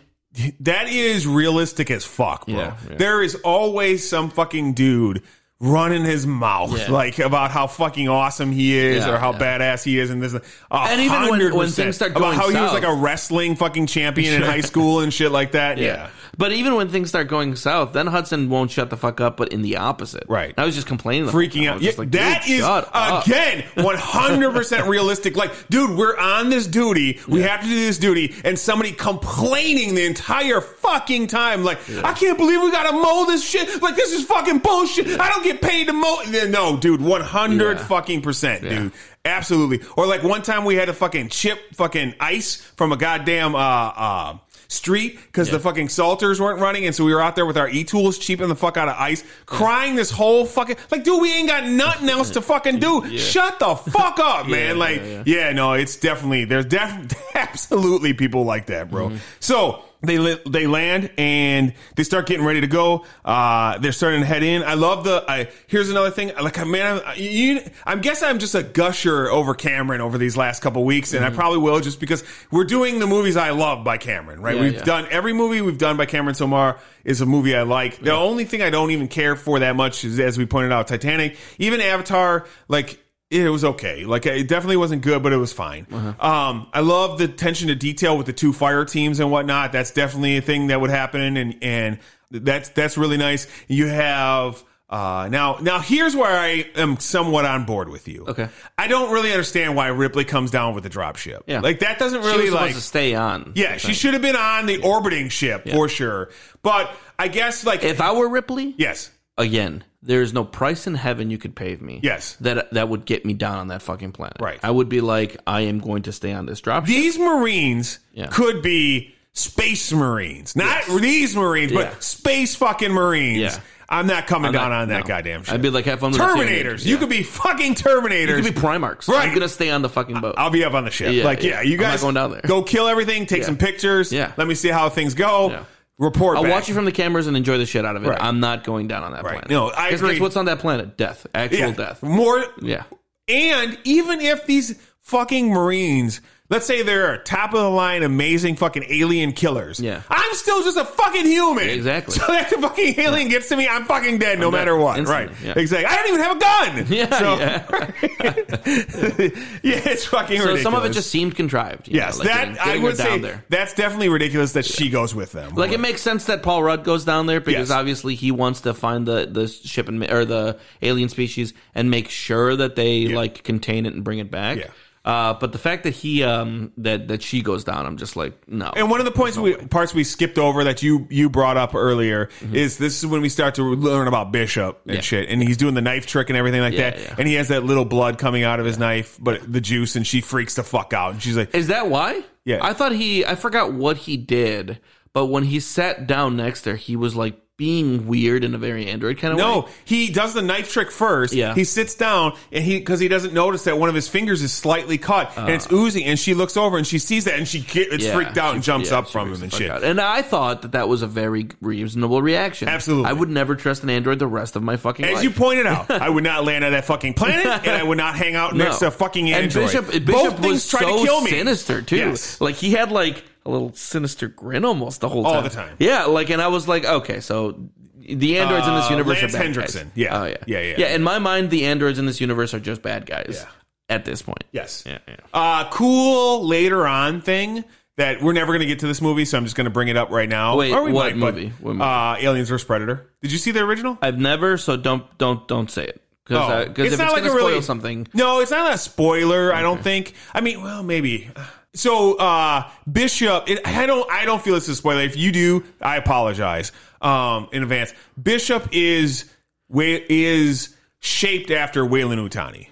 that is realistic as fuck, bro. Yeah, yeah. There is always some fucking dude running his mouth Yeah. like about how fucking awesome he is Yeah, or how yeah. badass he is and this and even when- when things start going about how he was south. like a wrestling fucking champion in high school and shit like that yeah, But even when things start going south, then Hudson won't shut the fuck up, but in the opposite. Right. I was just complaining. the whole time. freaking I out. was just Yeah, like, that dude, is shut up. again 100% realistic. Like, dude, we're on this duty. We have to do this duty, and somebody complaining the entire fucking time. Like, I can't believe we gotta mow this shit. Like, this is fucking bullshit. I don't get paid to mow. And then, No, dude, 100 Yeah. fucking percent, dude. Absolutely. Or like one time we had to fucking chip fucking ice from a goddamn uh uh street because the fucking salters weren't running and so we were out there with our e-tools cheaping the fuck out of ice crying this whole fucking like dude we ain't got nothing else to fucking do shut the fuck up man yeah, like yeah. yeah, no, it's definitely there's def- absolutely people like that, Mm-hmm. bro. So they li- they land and they start getting ready to go. Uh, they're starting to head in. I love the. I here's another thing. Like, man, I'm, you, I guess I'm just a gusher over Cameron over these last couple weeks, Mm-hmm. and I probably will just because we're doing the movies I love by Cameron, right? Yeah, we've yeah. done every movie we've done by Cameron Somar is a movie I like. The only thing I don't even care for that much is, as we pointed out, Titanic, even Avatar, like it was okay. Like it definitely wasn't good, but it was fine. Uh-huh. Um, I love the attention to detail with the two fire teams and whatnot. That's definitely a thing that would happen, and and that's that's really nice. You have uh, now now here's where I am somewhat on board with you. Okay. I don't really understand why Ripley comes down with the dropship. Yeah. like that doesn't She was really supposed like to stay on. yeah, she should have been on the orbiting ship for sure. But I guess like If I were Ripley, yes, again, there is no price in heaven you could pave me. Yes. That that would get me down on that fucking planet. Right. I would be like, I am going to stay on this drop. ship. these Marines Yeah. could be space Marines, not these Marines, Yeah. but space fucking Marines. Yeah. I'm not coming down not- on that no. goddamn ship. I'd be like, have fun with the Terminators. teenagers. You Yeah. could be fucking Terminators. You could be Primarchs. Right. I'm gonna stay on the fucking boat. I'll be up on the ship. Yeah, like, yeah, yeah. you I'm not guys going down there. go kill everything, take some pictures. Yeah. Let me see how things go. Yeah. Report. I'll back. watch it from the cameras and enjoy the shit out of it. Right. I'm not going down on that Right. planet. No, I Guess- agree. guess what's on that planet? Death. Actual yeah. death. More Yeah. And even if these fucking Marines, let's say they're top of the line, amazing fucking alien killers. Yeah. I'm still just a fucking human. Exactly. So if the fucking alien gets to me, I'm fucking dead no dead. matter what. Instantly, Right. yeah. Exactly. I don't even have a gun. Yeah, So, yeah. yeah, it's fucking So ridiculous. some of it just seemed contrived. you know, Yes, like that getting- getting I her would down say there. that's definitely ridiculous that she goes with them. Like it makes sense that Paul Rudd goes down there because Yes. obviously he wants to find the the ship and or the alien species and make sure that they like contain it and bring it back. Yeah. Uh, but the fact that he um that that she goes down, I'm just like no. And one of the points we parts we skipped over that you you brought up earlier is this is when we start to learn about Bishop and Mm-hmm. Yeah. shit, and he's doing the knife trick and everything like Yeah, that, yeah. and he has that little blood coming out of his knife, but the juice, and she freaks the fuck out, and she's like, Is that why? Yeah. I thought he. I forgot what he did, but when he sat down next to her, he was like being weird in a very android kind of way. No, he does the knife trick first. Yeah. He sits down and he because he doesn't notice that one of his fingers is slightly cut and it's oozing, and she looks over and she sees that and she get, it's Uh. Yeah, freaked out she- and jumps yeah, up she from freaks him and the fuck shit. out. And I thought that that was a very reasonable reaction. Absolutely. I would never trust an android the rest of my fucking As life. you pointed out, I would not land on that fucking planet, and I would not hang out No. next to a fucking android. And Bishop, Both Bishop things was tried so to kill me. sinister too. Yes. Like he had like a little sinister grin almost the whole time. All the time. Yeah, like and I was like, okay, so the androids in this Uh, universe Lance are bad Hendrickson. guys. Yeah. Oh yeah. Yeah, yeah. Yeah, in my mind the androids in this universe are just bad guys. Yeah. At this point. Yes. Yeah, yeah. Uh, cool later on thing that we're never going to get to this movie, so I'm just going to bring it up right now. Wait, Or we what might, but, movie? What movie? Uh, Aliens vs Predator. Did you see the original? I've never so don't don't don't say it. Because Oh. if it's not gonna a spoil really- something No, it's not a spoiler. I don't think. I mean, well, maybe. So uh, Bishop, it, I don't. I don't feel it's a spoiler. If you do, I apologize um, in advance. Bishop is wa- is shaped after Waylon Utani.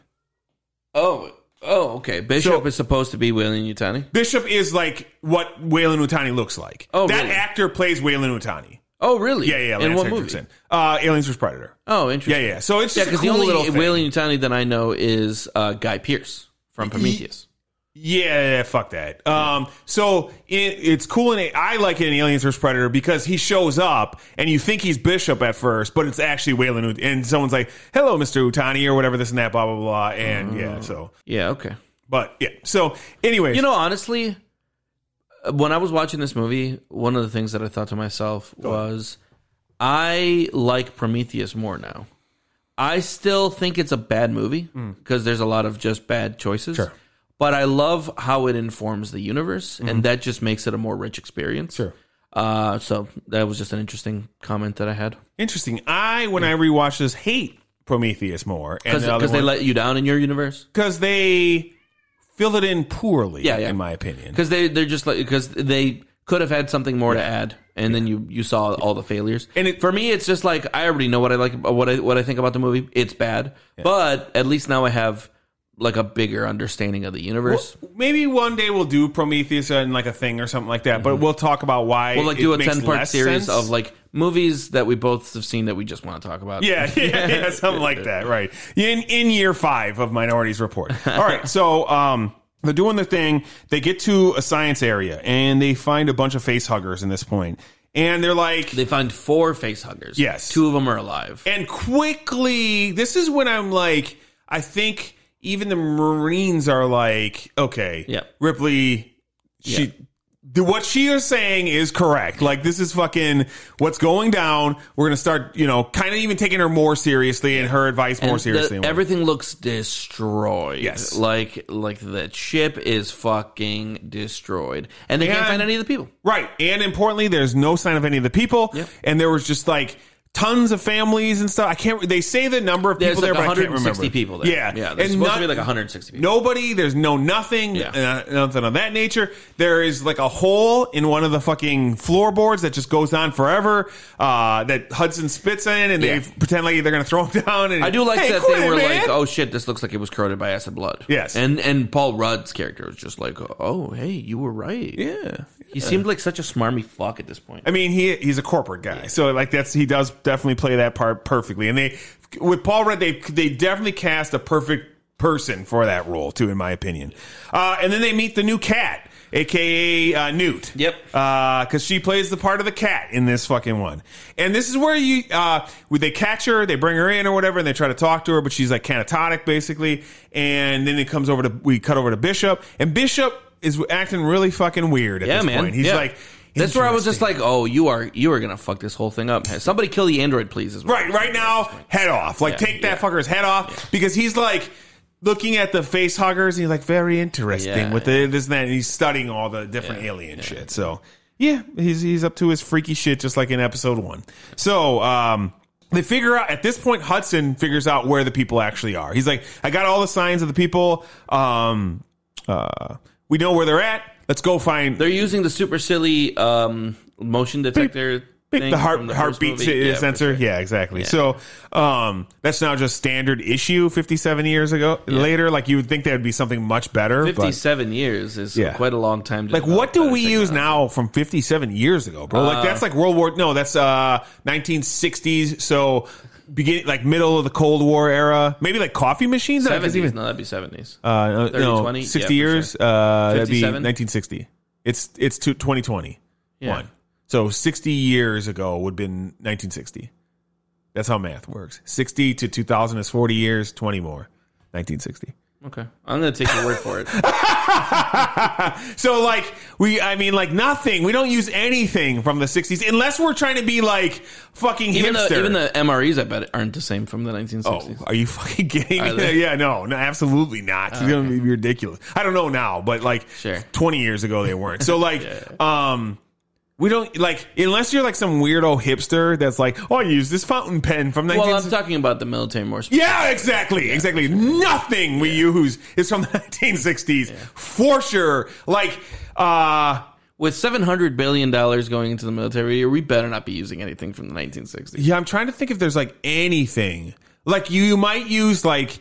Oh oh okay. Bishop is supposed to be William Yutani. Bishop is like what Waylon Utani looks like. Oh, that really? actor plays Waylon Utani. Oh really? Yeah, yeah. In Lance what movie? Hendrickson. Uh, Aliens vs Predator. Oh Yeah, interesting. yeah. So it's Yeah, just a because cool the little only thing. Whaling Utani that I know is uh, Guy Pierce from Prometheus. Yeah, fuck that. Um, so it, it's cool, and I like it in Aliens vs Predator because he shows up, and you think he's Bishop at first, but it's actually Waylon. Ut- And someone's like, "Hello, Mister Utani," or whatever, this and that, blah blah blah. And yeah, so yeah, okay. but yeah, so anyways, Mm. You know, honestly, uh, when I was watching this movie, one of the things that I thought to myself was, I like Prometheus more now. I still think it's a bad movie because there's a lot of just bad choices. Hmm. Sure. But I love how it informs the universe, and that just makes it a more rich experience. Mm-hmm. Sure. Uh, so that was just an interesting comment that I had Interesting. I when I rewatch this, hate Prometheus more, and the other because they one- let you down in your universe. 'cause they filled it in poorly. Yeah, yeah. in my opinion. because they they're just like because they could have had something more to add, and then you you saw all the failures. And it- for me, it's just like I already know what I like, what I what I think about the movie. It's bad, but at least now I have like a bigger understanding of the universe. Maybe one day we'll do Prometheus and like a thing or something like that, but we'll talk about why. Mm-hmm. We'll, like it do a makes ten part less series sense. of like movies that we both have seen that we just want to talk about. Yeah, yeah, yeah, something like that, right? In in year five of Minorities Report. All right, so um, they're doing their thing. They get to a science area and they find a bunch of face huggers in this point, and they're like, They find four face huggers. Yes. Two of them are alive. and quickly, this is when I'm like, I think even the Marines are like, okay, Yeah. Ripley, she. Yeah. the- What she is saying is correct. Like this is fucking what's going down. We're gonna start, you know, kind of even taking her more seriously and her advice more And the- seriously. everything looks destroyed. Yes. Like like the ship is fucking destroyed. And they And- can't find any of the people. Right. And importantly, there's no sign of any of the people. Yep. And there was just like tons of families and stuff. I can't, they say the number of There's people like there, but I can't 160 remember. people there. Yeah. Yeah. There's And supposed not- to be like 160 people. nobody, there's no nothing, Yeah. uh, nothing of that nature. There is like a hole in one of the fucking floorboards that just goes on forever, uh, that Hudson spits in and Yeah. they pretend like they're going to throw him down. And I do like "Hey, that quit they it, were man." like, "Oh shit, this looks like it was corroded by acid blood." Yes. and and Paul Rudd's character was just like, "Oh hey, you were right." yeah. he seemed like such a smarmy fuck at this point. I mean, he he's a corporate guy, so like that's he does definitely play that part perfectly. And they with Paul Rudd, they they definitely cast a perfect person for that role too, in my opinion. Uh, and then they meet the new cat, aka uh, Newt. Yep. because Uh, she plays the part of the cat in this fucking one. And this is where you uh, where they catch her, they bring her in or whatever, and they try to talk to her, but she's like canatotic basically. And then it comes over to we cut over to Bishop, and Bishop is acting really fucking weird at yeah, this man. point. He's Yeah. like. That's where I was just "Interesting." like, "Oh, you are you are gonna fuck this whole thing up." Hey, Somebody kill the android, please. Is what Right, right now, head off. Like, Yeah, take that fucker's head off because he's like looking at the face huggers and he's like, very interesting Yeah, with the this and that. And he's studying all the different alien shit. So, yeah, he's, he's up to his freaky shit just like in episode one. So, um, they figure out at this point Hudson figures out where the people actually are. He's like, I got all the signs of the people. Um, uh, we know where they're at. Let's go find. They're using the super silly um, motion detector. thing Pick the heart from first heartbeat movie. Yeah, sensor. Yeah, exactly. So um, that's now just standard issue. Fifty seven years ago, later, like you would think that would be something much better. but- Fifty-seven years is Yeah. quite a long time. To like, develop what do that we use technology. now from fifty seven years ago, bro? Like that's like World War. No, that's uh nineteen sixties. So begin like middle of the Cold War era. Maybe like coffee machines. I guess 70s? even no, that'd be seventies. uh, no, 20? Yeah, sixty for years. Uh, that'd be 57? nineteen sixty. It's it's two, 2020. Yeah. one. So 60 years ago would have been 1960. That's how math works. 60 to 2000 is 40 years, 20 more. 1960. okay, I'm gonna take your word for it. So like we I mean like nothing. We don't use anything from the 60s unless we're trying to be like fucking even hipster. the even the MREs, I bet, aren't the same from the Oh, 1960s. are you fucking kidding Are me? they? Yeah, no, no, absolutely not. it's gonna be ridiculous. I don't know now, but like Sure. twenty years ago they weren't. So like, um, we don't like unless you're like some weirdo hipster that's like, oh, I use this fountain pen from well, nineteen. I'm talking about the military more. sp- yeah, exactly, exactly. Nothing we use is from the 1960s for sure. Like, uh, With 700 billion dollars going into the military, we better not be using anything from the 1960s. Yeah, I'm trying to think if there's like anything. Like you, you might use like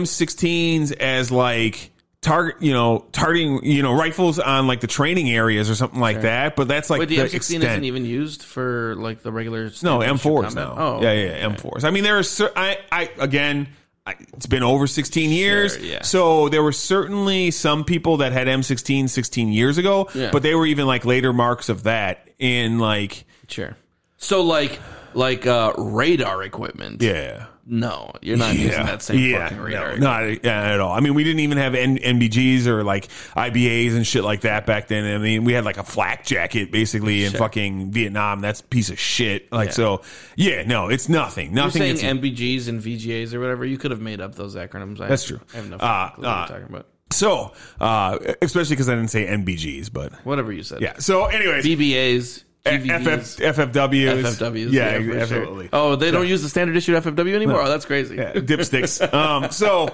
M16s as like target, you know, targeting, you know, rifles on like the training areas or something like that. But that's like Wait, the the M16 extent. isn't even used for like the regular. no standard M4s combat? now. Oh, yeah, yeah, yeah, M4s. I mean, there are. Cer- I, I again. I, it's been over 16 years. yeah. So there were certainly some people that had M16 16 years ago, Yeah. but they were even like later marks of that in like, sure. So like like uh, radar equipment. yeah. No, you're not using that same fucking radar. No, not uh, at all. I mean, we didn't even have N- NBGs or like IBAs and shit like that back then. I mean, we had like a flak jacket basically in fucking Vietnam. That's a piece of shit. Like, so yeah, no, it's nothing. You're Nothing. saying gets- MBGs and VGAs or whatever. You could have made up those acronyms. I, That's true. I have no Uh, fucking clue what uh, you're talking about. so, uh, especially because I didn't say NBGs, but Whatever you said. yeah. So, anyways, BBAs. DVDs. FF, FFWs. FFWs. Yeah, for sure. absolutely. Oh, they don't use the standard issue FFW anymore. Oh, that's crazy. Yeah, dipsticks. um, so,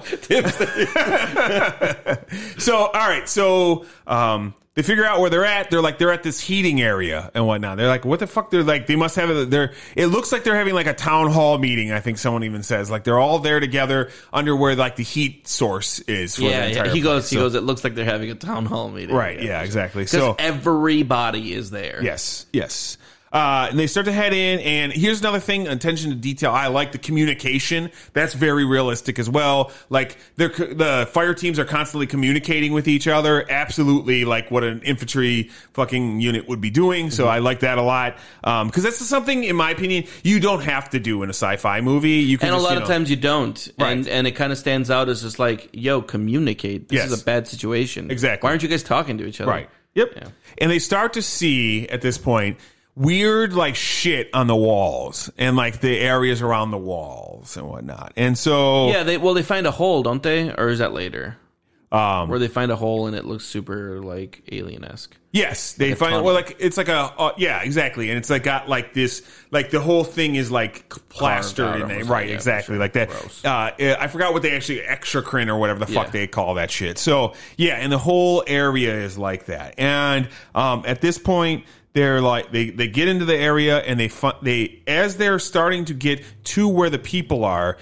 so all right. So um, they figure out where they're at. They're like they're at this heating area and whatnot. They're like, what the fuck? They're like they must have. a- They're. It looks like they're having like a town hall meeting. I think someone even says like they're all there together under where like the heat source is. For Yeah, the yeah. entire He goes. place. He So- goes. It looks like they're having a town hall meeting. Right. Yeah. exactly. Because So everybody is there. Yes, yes. Uh, and they start to head in, and here's another thing: attention to detail. I like the communication. That's very realistic as well. Like they're c- the fire teams are constantly communicating with each other. Absolutely, like what an infantry fucking unit would be doing. So Mm-hmm. I like that a lot because that's something, in my opinion, you don't have to do in a sci-fi movie. You can And a just, lot you of know- times you don't, and Right. and it kind of stands out as just like, yo, communicate. This Yes. is a bad situation. Exactly. Why aren't you guys talking to each other? Right. Yep. And they start to see at this point weird like shit on the walls and like the areas around the walls and whatnot. And so Yeah. They well, they find a hole, don't they? Or is that later? Um, Where they find a hole and it looks super like alien esque. yes, they find tunnel. well like it's like a uh, yeah exactly, and it's like got like this like the whole thing is like out plastered in there almost, right yeah, for exactly sure. like that. Gross. Uh, I forgot what they actually exocrine or whatever the fuck Yeah. they call that shit. So yeah, and the whole area is like that. And um, at this point, they're like they they get into the area and they fu- they as they're starting to get to where the people are.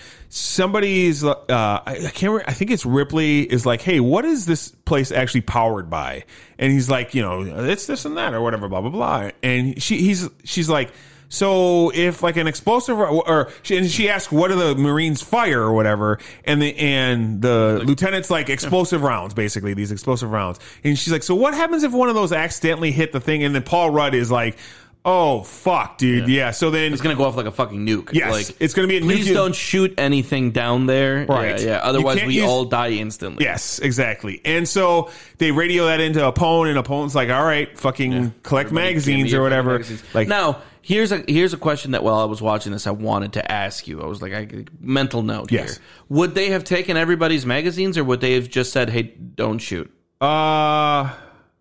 Somebody's uh, I, I can't remember, I think it's Ripley is like, hey, what is this place actually powered by? And he's like, you know, it's this and that or whatever, blah blah blah. And she he's she's like. So if like an explosive or, or she, and she asked what are the Marines fire or whatever, and the and the lieutenant's like explosive rounds basically these explosive rounds, and she's like, so what happens if one of those accidentally hit the thing? And then Paul Rudd is like, oh fuck, dude, yeah. So then It's gonna go off like a fucking nuke. yes, Like it's gonna be a please nuclear- don't shoot anything down there. Right. Yeah. You yeah. Otherwise, can't we use- all die instantly. Yes, exactly. And so they radio that into Apone, and Apone's like, all right, fucking collect magazines Candy or and whatever. magazines. Like now, here's a here's a question that while I was watching this, I wanted to ask you. I was like, I mental note Yes. here. Would they have taken everybody's magazines, or would they have just said, "Hey, don't shoot"? uh.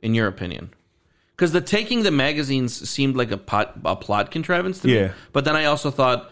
In your opinion, because the taking the magazines seemed like a pot a plot contrivance to Yeah. me. But then I also thought,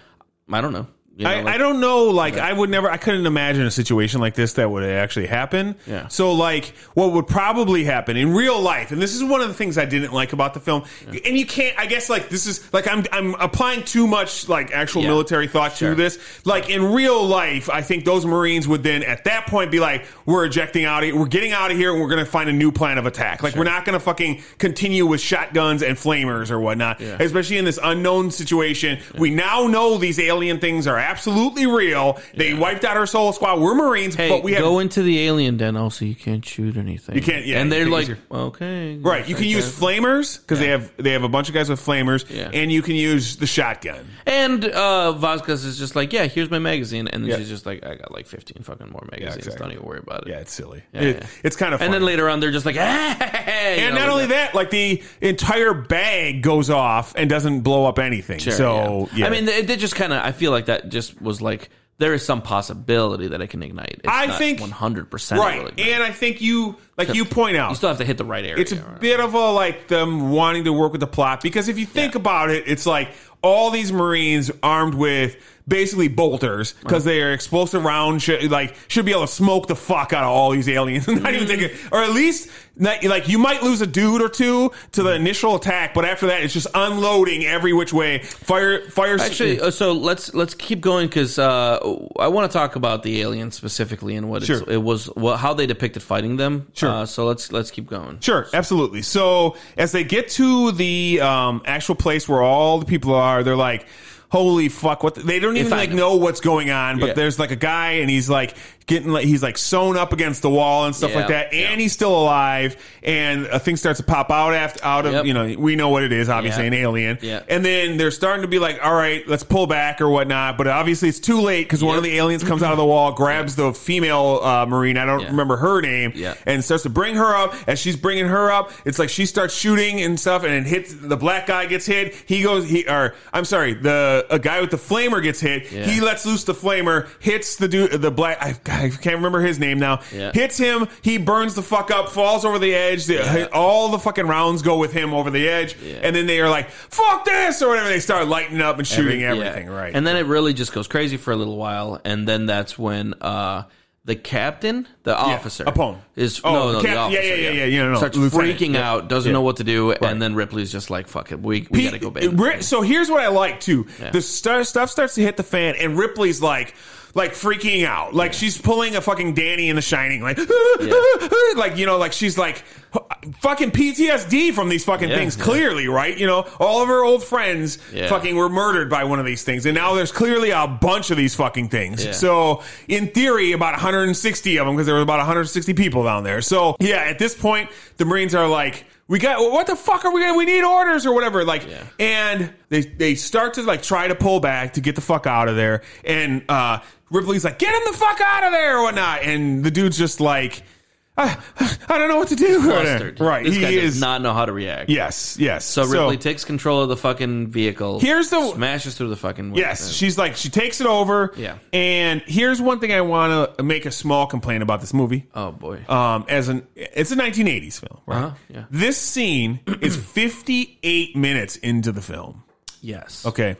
I don't know. You know, I, like- I don't know. Like, I would never, I couldn't imagine a situation like this that would actually happen. Yeah. So, like, what would probably happen in real life, and this is one of the things I didn't like about the film, and you can't, I guess, like, this is, like, I'm, I'm applying too much, like, actual Yeah. military thought to Sure. this. Like, in real life, I think those Marines would then, at that point, be like, we're ejecting out of we're getting out of here, and we're going to find a new plan of attack. Like, we're not going to fucking continue with shotguns and flamers or whatnot, especially in this unknown situation. We now know these alien things are absolutely real. They wiped out our soul squad. We're Marines, Hey, but we have. go into the alien den. Also, you can't shoot anything. You can't- yeah, and you they're can't like, use okay, Right, you can use flamers because they have they have a bunch of guys with flamers, Yeah. and you can use the shotgun. And uh, Vasquez is just like, yeah, here's my magazine, and then Yeah. she's just like, I got like 15 fucking more magazines. exactly. Don't even worry about it. Yeah, it's silly. Yeah, It- yeah. It's kind of. and funny. then later on, they're just like, hey, And not only that, like the entire bag goes off and doesn't blow up anything. so yeah. I mean, it, did just kind of. I feel like that just was like there is some possibility that it can ignite. It's I not think- 100 percent right. And I think you like you point you out still have to hit the right area. it's a bit of a like them wanting to work with the plot because if you think about it, it's like all these Marines armed with basically bolters because they are explosive round should, like should be able to smoke the fuck out of all these aliens not Mm-hmm. even thinking or at least not, like you might lose a dude or two to Mm-hmm. the initial attack but after that it's just unloading every which way fire fire Actually, uh, so let's let's keep going because uh, I want to talk about the alien specifically and what Sure. it's, it was, what, how they depicted fighting them. Sure. Uh, so let's let's keep going. Sure, absolutely. So as they get to the um, actual place where all the people are, they're like, "Holy fuck!" What the, they don't even find like him. know what's going on. But Yeah. there's like a guy, and he's like getting like he's like sewn up against the wall and stuff Yeah, like that, and yeah. he's still alive. And a thing starts to pop out after out of Yep. you know we know what it is, obviously Yeah. an alien. Yeah. And then they're starting to be like, "All right, let's pull back or whatnot." But obviously it's too late because one of the aliens comes out of the wall, grabs the female uh, marine. I don't Yeah. remember her name Yeah. and starts to bring her up. As she's bringing her up, it's like she starts shooting and stuff, and it hits the black guy gets hit. He goes, he or I'm sorry, the a guy with the flamer gets hit. He lets loose the flamer, hits the dude, the black. I, God, I can't remember his name now. Yeah. Hits him. He burns the fuck up. Falls over the edge. The, All the fucking rounds go with him over the edge. And then they are like, "Fuck this" or whatever. They start lighting up and shooting Yeah. everything. Right. And then it really just goes crazy for a little while, and then that's when uh, the captain, the officer, Capone. is Oh, no, the no, cap- the yeah, officer, yeah, yeah, yeah, yeah, no, no, starts lieutenant, freaking yeah. out, doesn't know what to do, and then Ripley's just like, "Fuck it, we we He- gotta go, baby." Ri- So here's what I like too: the star, stuff starts to hit the fan, and Ripley's like, like freaking out, like she's pulling a fucking Danny in The Shining, like, like you know, like she's like fucking PTSD from these fucking Yeah, things. yeah. Clearly, right? You know, all of her old friends Yeah. fucking were murdered by one of these things, and now there's clearly a bunch of these fucking things. Yeah. So in theory, about 160 of them, because there were about 160 people down there. So yeah, at this point, the Marines are like. We got what the fuck are we gonna? We need orders or whatever. Like, Yeah. and they they start to like try to pull back to get the fuck out of there. And uh, Ripley's like, "Get him the fuck out of there" or whatnot. And the dude's just like, "I, I don't know what to do." Flustered. Right? this he guy is does not know how to react. Yes. Yes. So Ripley takes control of the fucking vehicle. Here's the- smashes through the fucking Yes, she's like she takes it over. Yeah. And here's one thing I want to make a small complaint about this movie. Oh boy. Um, as an it's a 1980s film, right? Uh-huh, yeah. This scene is 58 minutes into the film. yes. Okay.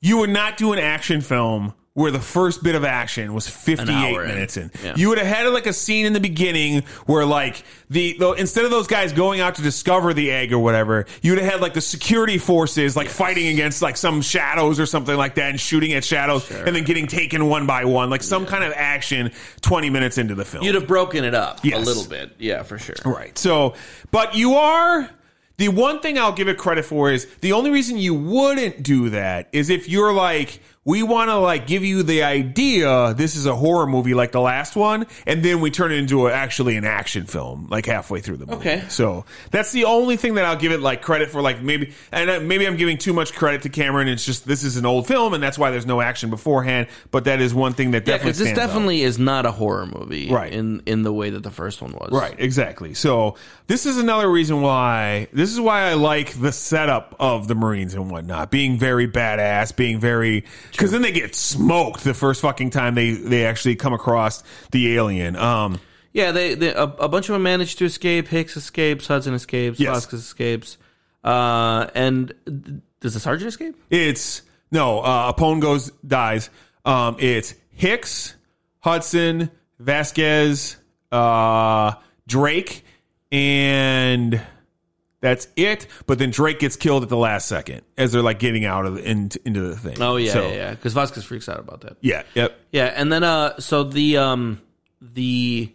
You would not do an action film where the first bit of action was 58 hour in. minutes in. Yeah. You would have had like a scene in the beginning where like the, the instead of those guys going out to discover the egg or whatever, you would have had like the security forces like fighting against like some shadows or something like that and shooting at shadows and then getting taken one by one, like some kind of action 20 minutes into the film. You'd have broken it up a Yes. little bit. Yeah, for sure. Right. So, but you are the one thing I'll give it credit for is the only reason you wouldn't do that is if you're like we want to like give you the idea this is a horror movie like the last one and then we turn it into a, actually an action film like halfway through the movie. Okay. So, that's the only thing that I'll give it like credit for like maybe and uh, maybe I'm giving too much credit to Cameron it's just this is an old film and that's why there's no action beforehand, but that is one thing that Yeah, definitely because this stands out. definitely is not a horror movie, Right. In in the way that the first one was, Right, exactly. So this is another reason why this is why I like the setup of the Marines and whatnot, being very badass, being very because then they get smoked the first fucking time they they actually come across the alien. Um, Yeah, they, they a, a bunch of them managed to escape. Hicks escapes, Hudson escapes, Yes. Vasquez escapes, uh, and th- does the sergeant escape? it's no uh, Apone goes dies. Um, it's Hicks, Hudson, Vasquez, uh, Drake, and that's it. But then Drake gets killed at the last second as they're like getting out of the, in, into the thing. Oh yeah, So- yeah, yeah. Because Vasquez freaks out about that. Yeah. Yep. Yeah, and then uh, so the um, the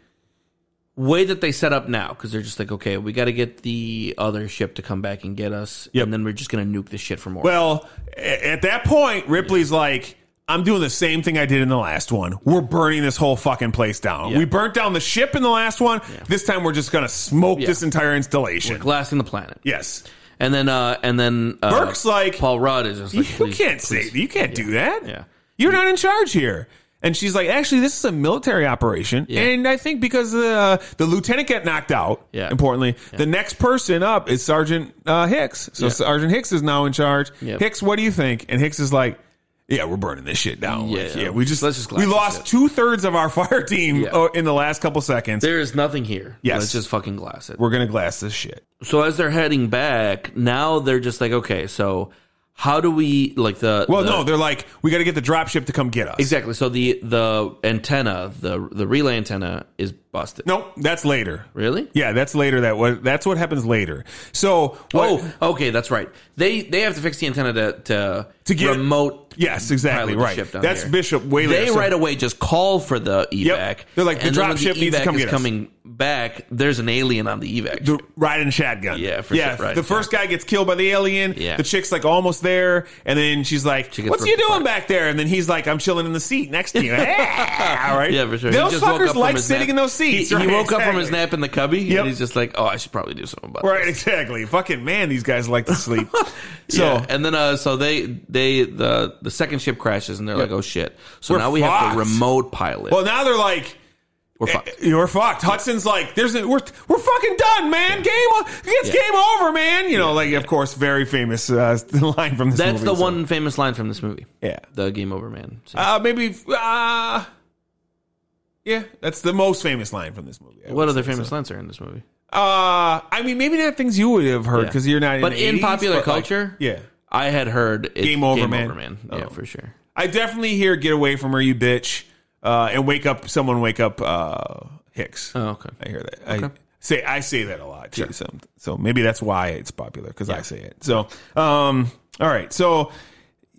way that they set up now, because they're just like, okay, we got to get the other ship to come back and get us, Yep. and then we're just gonna nuke this shit for more. Well, a- at that point, Ripley's like, I'm doing the same thing I did in the last one. We're burning this whole fucking place down. We burnt down the ship in the last one. This time we're just going to smoke this entire installation. Blasting the planet, yes. and then uh, and then uh, Burke's like, Paul Rudd is just like, you please, can't please. say, you can't do that. Yeah. You're not in charge here. And she's like, actually, this is a military operation. And I think because uh, the lieutenant got knocked out, Yeah. importantly, the next person up is Sergeant uh, Hicks. So Sergeant Hicks is now in charge. Yep. Hicks, what do you think? And Hicks is like, yeah, we're burning this shit down. Like, Yeah. yeah, we just, Let's just we glass this lost shit. two thirds of our fire team Yeah. uh, in the last couple seconds. There is nothing here. Yes. Let's just fucking glass it. we're gonna glass this shit. So as they're heading back, now they're just like, okay, so how do we like the Well, the- no, they're like, we got to get the dropship to come get us. exactly. So the the antenna, the the relay antenna is busted. Nope, that's later. Really? Yeah, that's later. That what that's what happens later. So what, Oh, okay, that's right. They they have to fix the antenna to to, To get- remote. Yes, exactly. pilot the Right. ship down That's here. Bishop way later. They So- right away just call for the evac. They're like, the and then when dropship needs to evac come is get us. coming back. There's an alien on the evac. the riding shotgun. Yeah, for yeah. sure, right, the first guy gets killed by the alien. Yeah. The chick's like almost there, and then she's like, gets "What's you ripped doing apart. back there?" And then he's like, "I'm chilling in the seat next to you." yeah, right. yeah, for sure. He Those just woke up fuckers from like his sitting nap. in those seats. He, he right? woke up from his Exactly. nap in the cubby, Yep. and he's just like, "Oh, I should probably do something about Right. Exactly. Fucking man, these guys like to sleep. so. yeah. and then uh, so they they the the second ship crashes and they're like, oh shit. So We're now we have fucked. to remote pilot. Well, eh, now they're like. We're fucked. You're fucked. Hudson's like, there's a, we're we're fucking done, man. Game o- it's Yeah. game over, man. You know, like of course, very famous uh, line from this. That's movie, the so- one famous line from this movie. Yeah. the Game Over Man. scene. Uh, maybe. Uh, Yeah, that's the most famous line from this movie. I What would other say, famous so. lines are in this movie? Uh, I mean, maybe not things you would have heard Yeah. because you're not. But in, the in 80s, popular but, like, culture? yeah, I had heard it, Game over, man. Yeah, Oh. for sure. I definitely hear "Get away from her, you bitch," uh, and "Wake up, someone, wake up, uh, Hicks." Oh, okay. I hear that. I say I say that a lot too. So, so maybe that's why it's popular because I say it. So, um, all right. So,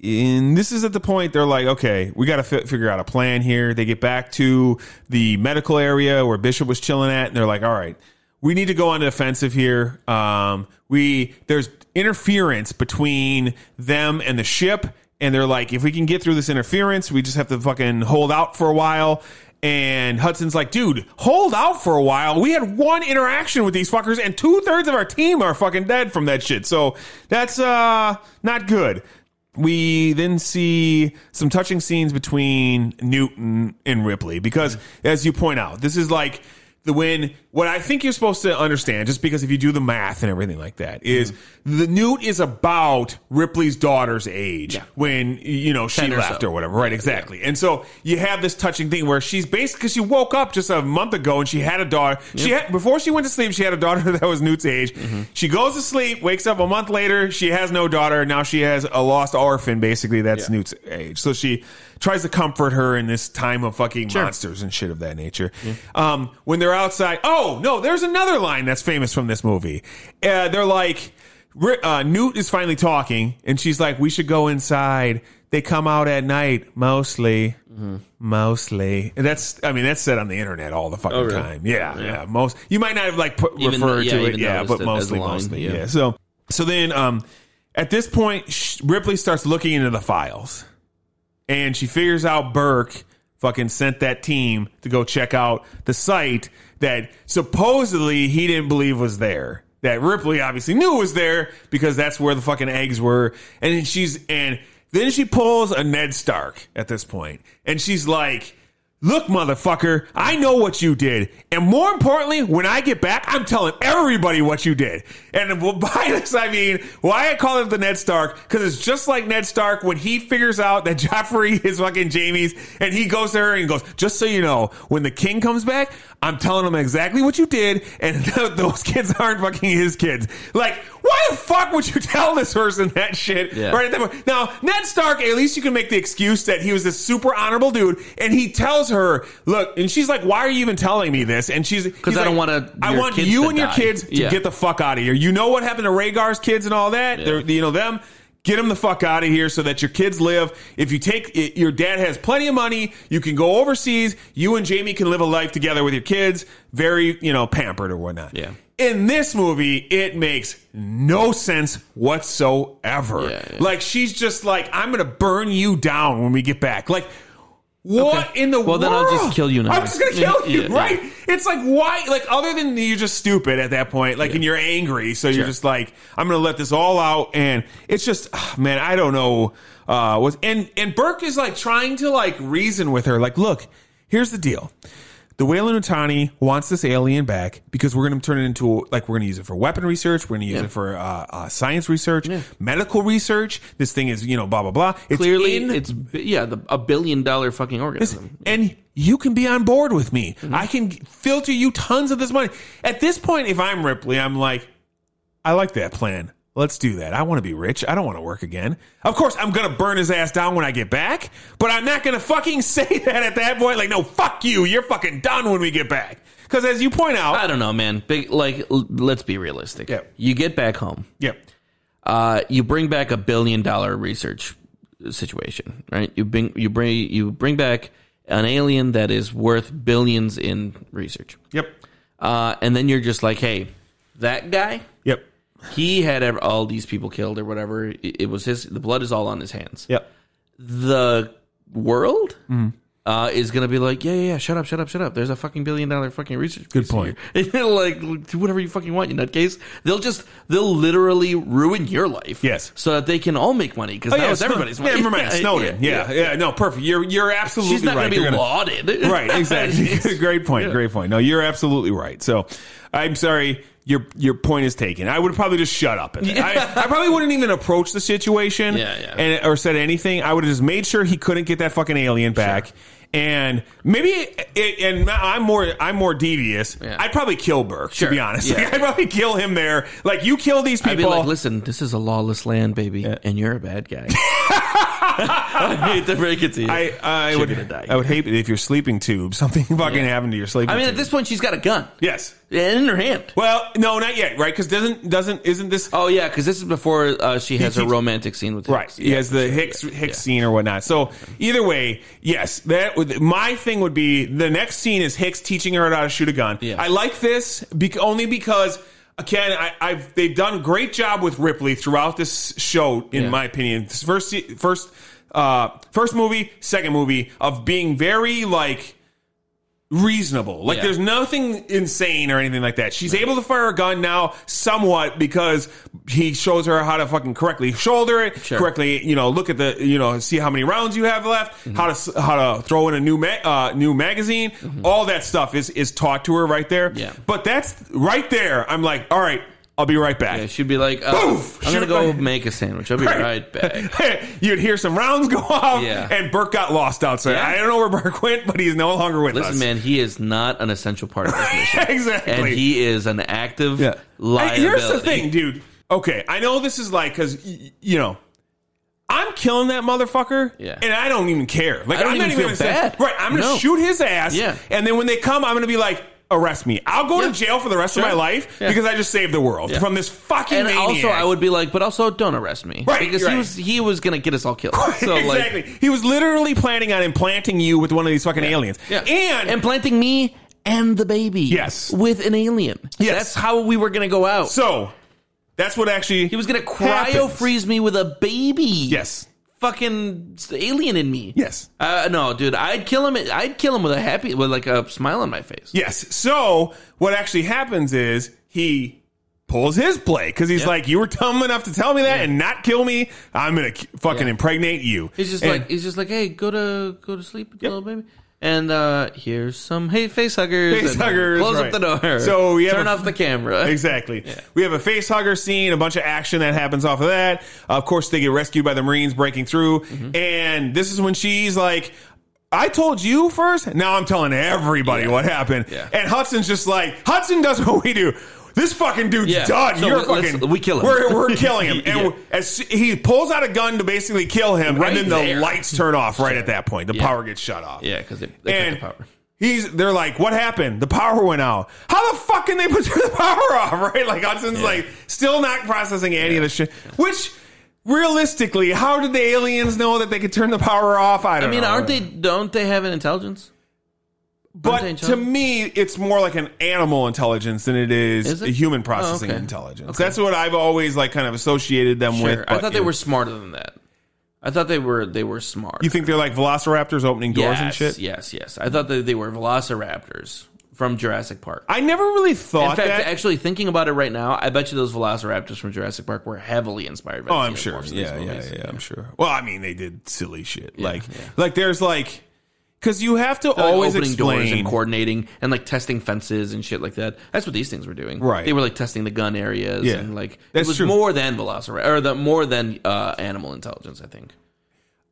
in this is at the point they're like, okay, we got to fi figure out a plan here. They get back to the medical area where Bishop was chilling at, and they're like, all right, we need to go on the offensive here. Um, we there's interference between them and the ship. And they're like, if we can get through this interference, we just have to fucking hold out for a while. And Hudson's like, dude, hold out for a while. We had one interaction with these fuckers, and two thirds of our team are fucking dead from that shit. So that's uh not good. We then see some touching scenes between Newton and Ripley because, as you point out, this is like the when what I think you're supposed to understand, just because if you do the math and everything like that, is the Newt is about Ripley's daughter's age when you know she Ten or left so. or whatever, right? Exactly. And so you have this touching thing where she's basically because she woke up just a month ago and she had a daughter. She had before she went to sleep, she had a daughter that was Newt's age. She goes to sleep, wakes up a month later, she has no daughter. Now she has a lost orphan, basically that's Newt's age. So she tries to comfort her in this time of fucking monsters and shit of that nature. Um, when they're outside, oh no, there's another line that's famous from this movie. Uh, they're like. Ri- uh, Newt is finally talking, and she's like, "We should go inside. They come out at night mostly, Mm-hmm. mostly." And that's, I mean, that's said on the internet all the fucking Oh, really? time. Yeah, yeah, Most you might not have like put, Even referred though- yeah, to it, even yeah, noticed but it as mostly, a line, mostly, yeah. yeah. So, so then, um, at this point, sh- Ripley starts looking into the files, and she figures out Burke fucking sent that team to go check out the site that supposedly he didn't believe was there. That Ripley obviously knew was there because that's where the fucking eggs were. And then she's and then she pulls a Ned Stark at this point, and she's like. Look, motherfucker, I know what you did. And more importantly, when I get back, I'm telling everybody what you did. And well, by this, I mean, why I call it the Ned Stark, because it's just like Ned Stark when he figures out that Joffrey is fucking Jamie's and he goes to her and goes, just so you know, when the king comes back, I'm telling him exactly what you did and those kids aren't fucking his kids. Like, why the fuck would you tell this person that shit? Yeah. Right at that point. Now, Ned Stark, at least you can make the excuse that he was this super honorable dude, and he tells her, "Look," and she's like, "Why are you even telling me this?" And she's because I don't wanna- I your want kids you to and your die." kids to Yeah. get the fuck out of here. You know what happened to Rhaegar's kids and all that. They're, you know them. Get them the fuck out of here so that your kids live. If you take i- your dad has plenty of money, you can go overseas. You and Jamie can live a life together with your kids, very you know pampered or whatnot. Yeah. In this movie, it makes no sense whatsoever. Yeah, yeah. Like she's just like, I'm gonna burn you down when we get back. Like, what Okay. in the Well, world? then I'll just kill you now. I'm just gonna kill Yeah, you, yeah. right? It's like why? Like other than you're just stupid at that point, like and you're angry, so you're just like, I'm gonna let this all out, and it's just, ah, man, I don't know. Uh, was and and Burke is like trying to like reason with her, like, look, here's the deal. The Whalen Utani wants this alien back because we're going to turn it into like we're going to use it for weapon research, we're going to use it for uh, uh, science research, medical research. This thing is you know blah blah blah. It's Clearly, in- it's bi- yeah, the, a billion dollar fucking organism. and you can be on board with me. Mm-hmm. I can filter you tons of this money. At this point, if I'm Ripley, I'm like, I like that plan. Let's do that. I want to be rich. I don't want to work again. Of course, I'm going to burn his ass down when I get back, but I'm not going to fucking say that at that point. Like, no, fuck you. You're fucking done when we get back. Because as you point out, I don't know, man. Big like, l- let's be realistic. Yeah. You get back home. yep, Uh, you bring back a billion dollar research situation, right? You bring you bring you bring back an alien that is worth billions in research, yep, uh, and then you're just like, hey, that guy, yep, he had ev- all these people killed or whatever. It, it was his. The blood is all on his hands. yep. the world Mm-hmm. uh, is going to be like, yeah, yeah, yeah, shut up, shut up, shut up. There's a fucking billion dollar fucking research. Good piece here. like, do whatever you fucking want, you nutcase. They'll just, they'll literally ruin your life. Yes. So that they can all make money because now Oh, it's Snow- everybody's Yeah, money. never mind. Snowden. Yeah, yeah, No, perfect. You're you're absolutely She's not going right. to be They're gonna- lauded. right exactly great point great point no you're absolutely right so i'm sorry your your point is taken i would probably just shut up and I, I probably wouldn't even approach the situation Yeah, yeah. and or said anything i would have just made sure he couldn't get that fucking alien back And maybe, it, and I'm more, I'm more devious. Yeah. I'd probably kill Burke, Sure. to be honest. Yeah. Like, I'd probably kill him there. Like you kill these I'd be people. like, listen, this is a lawless land, baby, and you're a bad guy. I hate to break it to you. I, I You're would, gonna die. I would hate it if your sleeping tube, something fucking happened to your sleeping. I mean, tube. at this point, she's got a gun yes. in her hand. Well, no, not yet, right? Because doesn't doesn't isn't this Oh yeah, because this is before uh, she has her keeps- romantic scene with Hicks. right? He has the Hicks Hicks scene or whatnot. So either way, yes, that would my thing would be the next scene is Hicks teaching her how to shoot a gun. Yeah. I like this bec- only because. Again, I, I've they've done a great job with Ripley throughout this show, in Yeah. my opinion. This first, se- first, uh, first movie, second movie of being very like reasonable. Like Yeah. there's nothing insane or anything like that. She's able to fire a gun now somewhat because he shows her how to fucking correctly shoulder it, Sure. correctly, you know, look at the, you know, see how many rounds you have left, Mm-hmm. how to s- how to throw in a new ma- uh, new magazine. All that stuff is is taught to her right there. Mm-hmm. Yeah. But that's right there. I'm like, "All right, I'll be right back." Yeah, she'd be like, oh, Boof! I'm gonna Shoot go my- make a sandwich. I'll be right back. You'd hear some rounds go off, Yeah. and Burke got lost outside. Yeah. I don't know where Burke went, but he's no longer with us. Listen, man, he is not an essential part of this mission, exactly. and he is an active Yeah. I- liability. Here's the thing, dude. Okay, I know this is like because you know. I'm killing that motherfucker, Yeah. and I don't even care. Like I don't I'm even not even feel gonna say- bad. right, I'm gonna No. shoot his ass, Yeah. and then when they come, I'm gonna be like, arrest me. I'll go Yeah. to jail for the rest Sure. of my life Yeah. because I just saved the world from this fucking. And maniac. also, I would be like, but also, don't arrest me, Right, Because he right. was he was gonna get us all killed. So exactly. like, he was literally planning on implanting you with one of these fucking aliens, yeah. and implanting me and the baby, Yes. with an alien. Yes. that's how we were gonna go out. so that's what actually he was gonna happens. cryo freeze me with a baby. Yes, fucking alien in me. yes. Uh, no, dude, I'd kill him. I'd kill him with a happy, with like a smile on my face. Yes. So what actually happens is he pulls his play because he's like, "You were dumb enough to tell me that and not kill me. I'm gonna k- fucking Yeah. impregnate you." He's just And- like he's just like, hey, go to go to sleep, little baby. And uh here's some hey face huggers. Face and huggers, Close up right. the door. So we have turn a- off the camera. Exactly. We have a face hugger scene, a bunch of action that happens off of that. Of course, they get rescued by the Marines breaking through, Mm-hmm. and this is when she's like, "I told you first. Now I'm telling everybody what happened." Yeah. And Hudson's just like, Hudson does what we do. This fucking dude's Yeah. done. So You're let- let's- fucking. we kill him. We're, we're killing him. And Yeah. we- as he pulls out a gun to basically kill him, Right and then the there. lights turn off right at that point. The power gets shut off Yeah, because they, they cut and the power. he's they're like, "What happened? The power went out. How the fuck can they put the power off?" Right? Like Hudson's like still not processing any of the shit. Which realistically, how did the aliens know that they could turn the power off? I I don't. mean, know. aren't they? Don't they have an intelligence? aren't they But to intelligent? me, it's more like an animal intelligence than it is, Is it? a human processing Oh, okay. intelligence. That's what I've always like kind of associated them with. Sure. I but, thought they yeah. were smarter than that. I thought they were they were smart. You think they're like velociraptors opening doors yes, and shit? yes, yes. I thought that they were velociraptors from Jurassic Park. I never really In thought fact, that. actually thinking about it right now, I bet you those velociraptors from Jurassic Park were heavily inspired by Oh, the I'm sure. xenomorphs in these Yeah, yeah, yeah, movies. I'm sure. Well, I mean, they did silly shit. like, like there's like, because you have to Like always opening doors explain. and coordinating and like testing fences and shit like that. That's what these things were doing. Right. They were like testing the gun areas Yeah. and like it That's was true. more than velociraptor or the more than uh, animal intelligence, I think.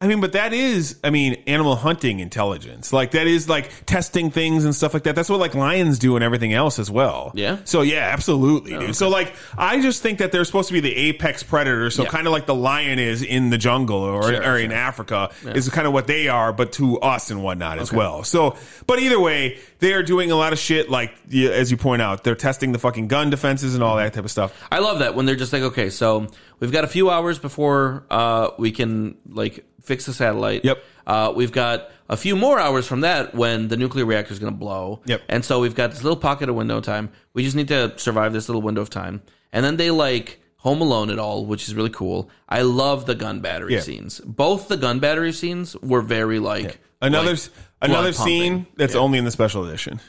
I mean, but that is, I mean, animal hunting intelligence. Like that is like testing things and stuff like that. That's what like lions do and everything else as well. Yeah. Oh, So yeah, absolutely, dude. So like, I just think that they're supposed to be the apex predator. So Yeah. kind of like the lion is in the jungle or, Sure, or sure. in Africa is kind of what they are, but to us and whatnot as well. So, but either way, they are doing a lot of shit. Like you- as you point out, they're testing the fucking gun defenses and all that type of stuff. I love that when they're just like, okay, so we've got a few hours before uh, we can like fix the satellite. Yep. Uh, we've got a few more hours from that when the nuclear reactor is going to blow. Yep. And so we've got this little pocket of window time. We just need to survive this little window of time. And then they like Home Alone it all, which is really cool. I love the gun battery Yeah. scenes. Both the gun battery scenes were very like Another like, s another blood pumping. scene that's only in the special edition.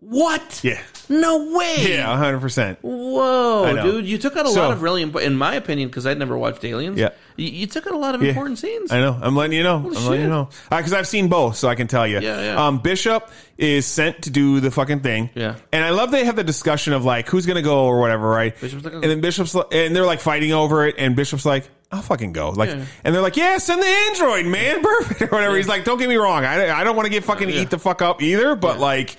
What? Yeah. No way. Yeah, hundred percent. I Whoa, know. dude! You took out a So- lot of really, impo- in my opinion, because I'd never watched Aliens. Yeah. you, you took out a lot of important scenes. I know. I'm letting you know. I'm letting you shit. know. Because I've seen both, so I can tell you. Yeah, yeah. Um, Bishop is sent to do the fucking thing. Yeah. And I love they have the discussion of like who's gonna go or whatever, right? Bishop's like, and then Bishop's li- and they're like fighting over it, and Bishop's like, I'll fucking go. Like, and they're like, yeah, send the android, man, perfect or whatever. He's like, don't get me wrong, I, I don't want to get fucking eat the fuck up either, but like.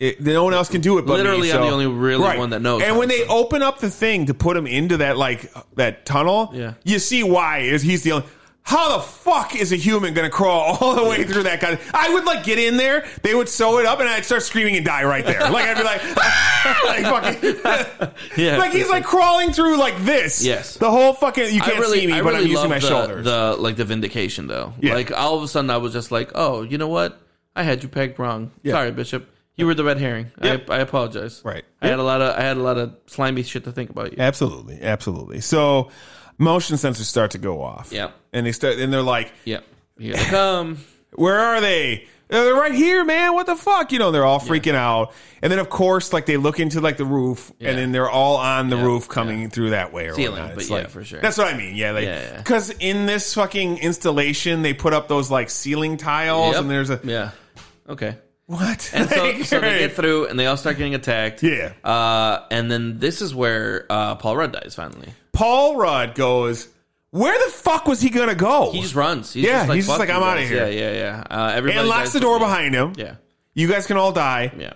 It, no one else can do it but me, Literally, I'm so- the only really one that knows And how when to they open up the thing to put him into that like that tunnel, Yeah. you see why is he's the only. How the fuck is a human gonna crawl all the way through that kind of? I would like get in there, they would sew it up, and I'd start screaming and die right there. Like I'd be like, "Ah!" like fucking, Yeah. like he's like crawling through like this. Yes. the whole fucking you I can't really, see me, I but really I'm using love my the, shoulders. The like the vindication though. Yeah. Like all of a sudden, I was just like, oh, you know what? I had you pegged wrong. Sorry, Bishop. You were the red herring. Yep. I, I apologize. Right. I had a lot of I had a lot of slimy shit to think about you. absolutely, absolutely. So motion sensors start to go off. Yeah. and they start, and they're like, Yeah. Here they come. Where are they? Uh, They're right here, man. What the fuck? You know, they're all freaking out. And then, of course, like they look into like the roof, Yeah. and then they're all on the roof coming through that way or Ceiling, whatnot. but It's yeah, like- for sure. That's what I mean. Yeah, Yeah, yeah. like because in this fucking installation, they put up those like ceiling tiles, Yep. and there's a yeah. Okay. what? And so, Like, so they get through and they all start getting attacked. Yeah. Uh, and then this is where uh, Paul Rudd dies finally. Paul Rudd goes, "Where the fuck was he gonna go?" He just runs. He's Yeah, Just like, he's just "Fuck like, you I'm outta guys." here. Yeah. Yeah. Yeah. Uh, everybody and locks dies the door with me. behind him. Yeah. You guys can all die. Yeah.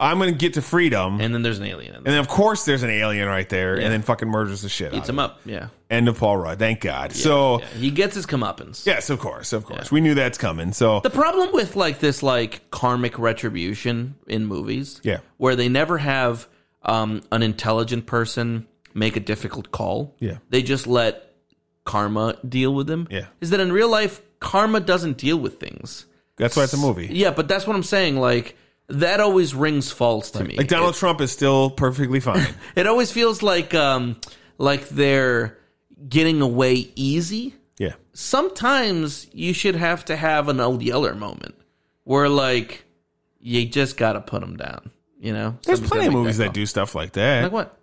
I'm gonna get to freedom. And, And then there's an alien. In there. then, of course, there's an alien right there, and then fucking murders the shit out Eats of him up. Yeah. End of Paul Rudd. Thank God. so Yeah, he gets his comeuppance. yes, of course, of course, we knew that's coming. So The problem with like this like karmic retribution in movies, Yeah. where they never have um, an intelligent person make a difficult call, Yeah. they just let karma deal with them. Yeah. is that in real life karma doesn't deal with things. that's why it's a movie. Yeah, but that's what I'm saying. Like that always rings false to me. Like Donald Trump is still perfectly fine. it always feels like um like they're getting away easy. yeah, sometimes you should have to have an old yeller moment where like you just gotta put them down you know there's Somebody's plenty of gotta make movies that call. do stuff like like that. what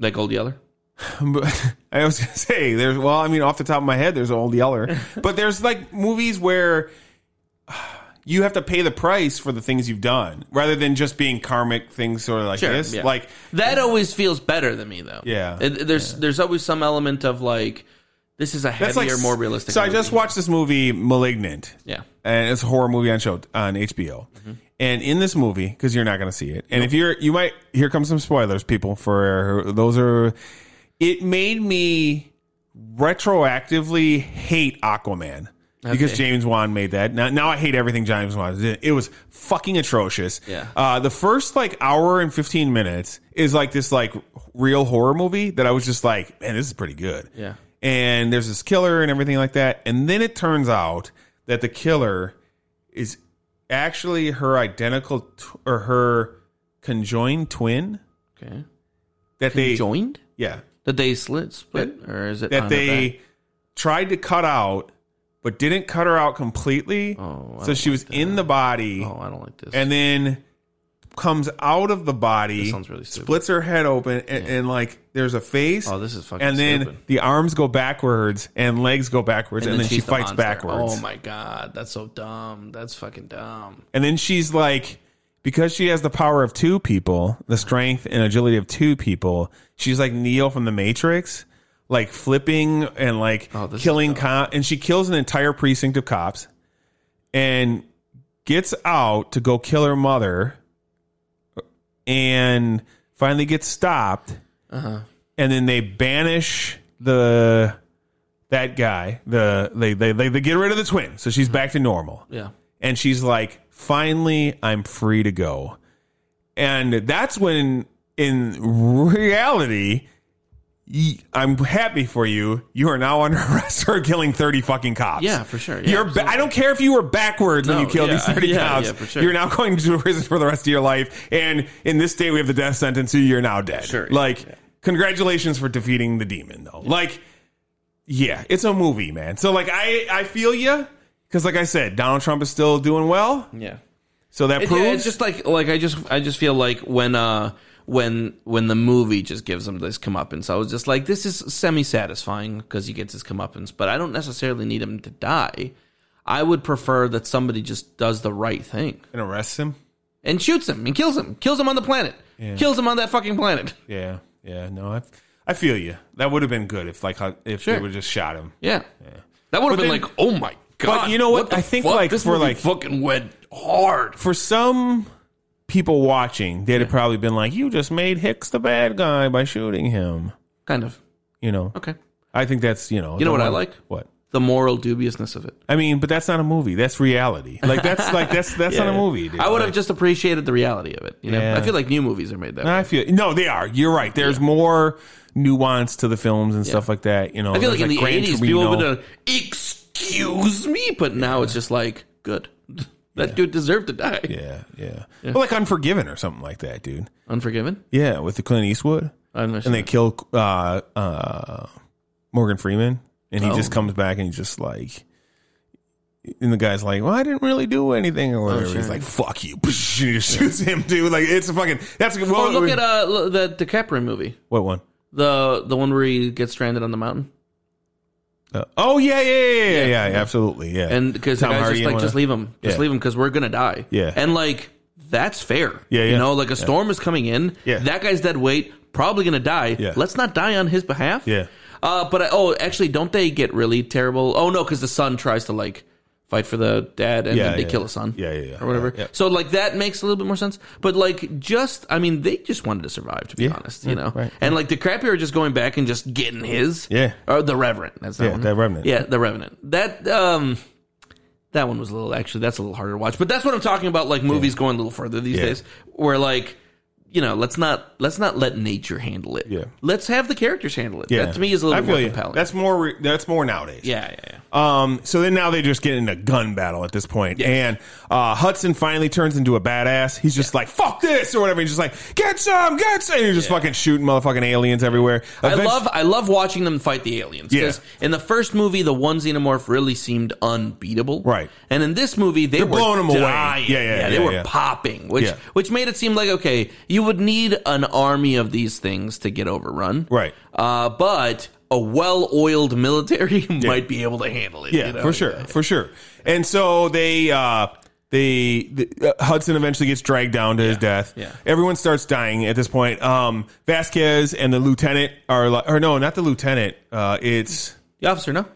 like old yeller But I was gonna say there's. Well, I mean, off the top of my head, there's Old Yeller, but there's like movies where you have to pay the price for the things you've done, rather than just being karmic things, sort of like Sure, this. yeah. Like that always feels better than me though Yeah. It- there's there's always some element of like this is a heavier that's like more realistic So I movie. just watched this movie, Malignant. yeah and it's a horror movie on show on HBO. And in this movie, because you're not going to see it, and if you're, you might. Here come some spoilers, people. For those are, it made me retroactively hate Aquaman because James Wan made that. Now, now I hate everything James Wan did. It was fucking atrocious. Yeah. Uh, the first like hour and fifteen minutes is like this like real horror movie that I was just like, man, this is pretty good Yeah. and there's this killer and everything like that. And then it turns out that the killer is actually her identical t- or her conjoined twin okay that they joined yeah that they slit split or is it that on the they back? tried to cut out but didn't cut her out completely. Oh, I so she was in the body oh i don't like this and then comes out of the body, sounds really stupid. splits her head open, and, and like there's a face. Oh, this is fucking And then stupid. the arms go backwards and legs go backwards, and, then, she she's the fights monster. backwards. oh my god that's so dumb that's fucking dumb And then she's like, because she has the power of two people, the strength and agility of two people, she's like Neo from the Matrix, like flipping and like Oh, this is killing cop. And she kills an entire precinct of cops and gets out to go kill her mother and finally gets stopped. Uh-huh. And then they banish the. That guy, the they, they they they get rid of the twin, so she's back to normal Mm-hmm. yeah and she's like, "Finally, I'm free to go." And that's when, in reality, ye- I'm happy for you. You are now under arrest for killing thirty fucking cops. Yeah, for sure. Yeah, You're. Ba- I don't care if you were backwards when No, you killed yeah, these thirty yeah, cops. yeah, for sure. You're now going to prison for the rest of your life. And in this state, we have the death sentence. So you're now dead. Sure, yeah, Like, congratulations for defeating the demon, though. Like. Yeah, it's a movie, man. So like I I feel you because like I said, Donald Trump is still doing well. Yeah. So that It, proves yeah, it's just like like I just I just feel like when uh when when the movie just gives him this comeuppance, I was just like, this is semi satisfying because he gets his comeuppance, but I don't necessarily need him to die. I would prefer that somebody just does the right thing and arrests him. and shoots him and kills him, kills him on the planet, kills him on that fucking planet. Yeah, yeah. No, I I feel you. That would have been good if like how- if they Sure. would have just shot him. Yeah. That would have been then- like, oh my god. you know what? the I think, fuck? like, this for, movie like- fucking went hard. For some people watching, they'd have probably been like, "You just made Hicks the bad guy by shooting him." Kind of. You know. Okay. I think that's you know. You know the what I one- like? What The moral dubiousness of it. I mean, but that's not a movie. That's reality. Like that's like that's that's not a movie. Dude. I would have Like, just appreciated the reality of it. You know, Yeah. I feel like new movies are made that. way. I feel no, they are. You're right. There's more nuance to the films and stuff like that. You know, I feel like, There's, in the Gran eighties, Torino. people would have excuse me, but now it's just like good. that dude deserved to die. Yeah, yeah, Well, like Unforgiven or something like that, dude. Unforgiven. Yeah, with the Clint Eastwood, I'm not and sure. they kill uh, uh, Morgan Freeman, and he Oh. just comes back and he's just like, and the guy's like, "Well, I didn't really do anything or whatever." Oh, He's like, "Fuck you!" And he just shoots him, dude. Like it's a fucking. That's well. Or look it- at uh, l- the DiCaprio movie, what one? the the one where he gets stranded on the mountain, Uh, oh yeah, yeah, yeah, yeah, yeah, yeah, absolutely, yeah. and because the Tom guy's Hardy just and like, one just of- leave him, just Yeah. leave him, because we're gonna die. Yeah. and like that's fair. Yeah, yeah. you know, like a storm is coming in. Yeah. that guy's dead weight, probably gonna die. Yeah. let's not die on his behalf. Yeah. Uh, but I, oh, actually, don't they get really terrible? Oh no, because the son tries to like fight for the dad, and Yeah, then they yeah. kill the son. Yeah, yeah, yeah. or whatever. Yeah, yeah. So like that makes a little bit more sense. But like just, I mean, they just wanted to survive, to be honest, you know. right. And like the crappy are just going back and just getting his. Yeah. Or the Reverend. That's that Yeah, one. The Revenant. Yeah, the Revenant. That um. That one was a little actually. That's a little harder to watch, but that's what I'm talking about. Like movies going a little further these Yeah. days, where like, you know, let's not let's not let nature handle it. Yeah. let's have the characters handle it. yeah. That to me is a little I bit feel more you. compelling. That's more. Re- that's more nowadays. yeah, yeah, yeah. Um. So then now they just get in a gun battle at this point, and uh, Hudson finally turns into a badass. He's just like fuck this or whatever. He's just like get some, get some. And you're just fucking shooting motherfucking aliens everywhere. I Eventu- love I love watching them fight the aliens. Yeah. 'cause In the first movie, the one xenomorph really seemed unbeatable. Right. And in this movie, they were blowing 'em away. dying. Yeah, yeah, They yeah, were yeah. popping, which Yeah. which made it seem like okay, you would need an army of these things to get overrun. Right. Uh, but a well-oiled military might be able to handle it. Yeah, you know? for sure, for sure. And so they, uh, they, the, uh, Hudson eventually gets dragged down to his death. yeah. everyone starts dying at this point. Um, Vasquez and the lieutenant are, like, or no, not the lieutenant. Uh, it's The officer, no.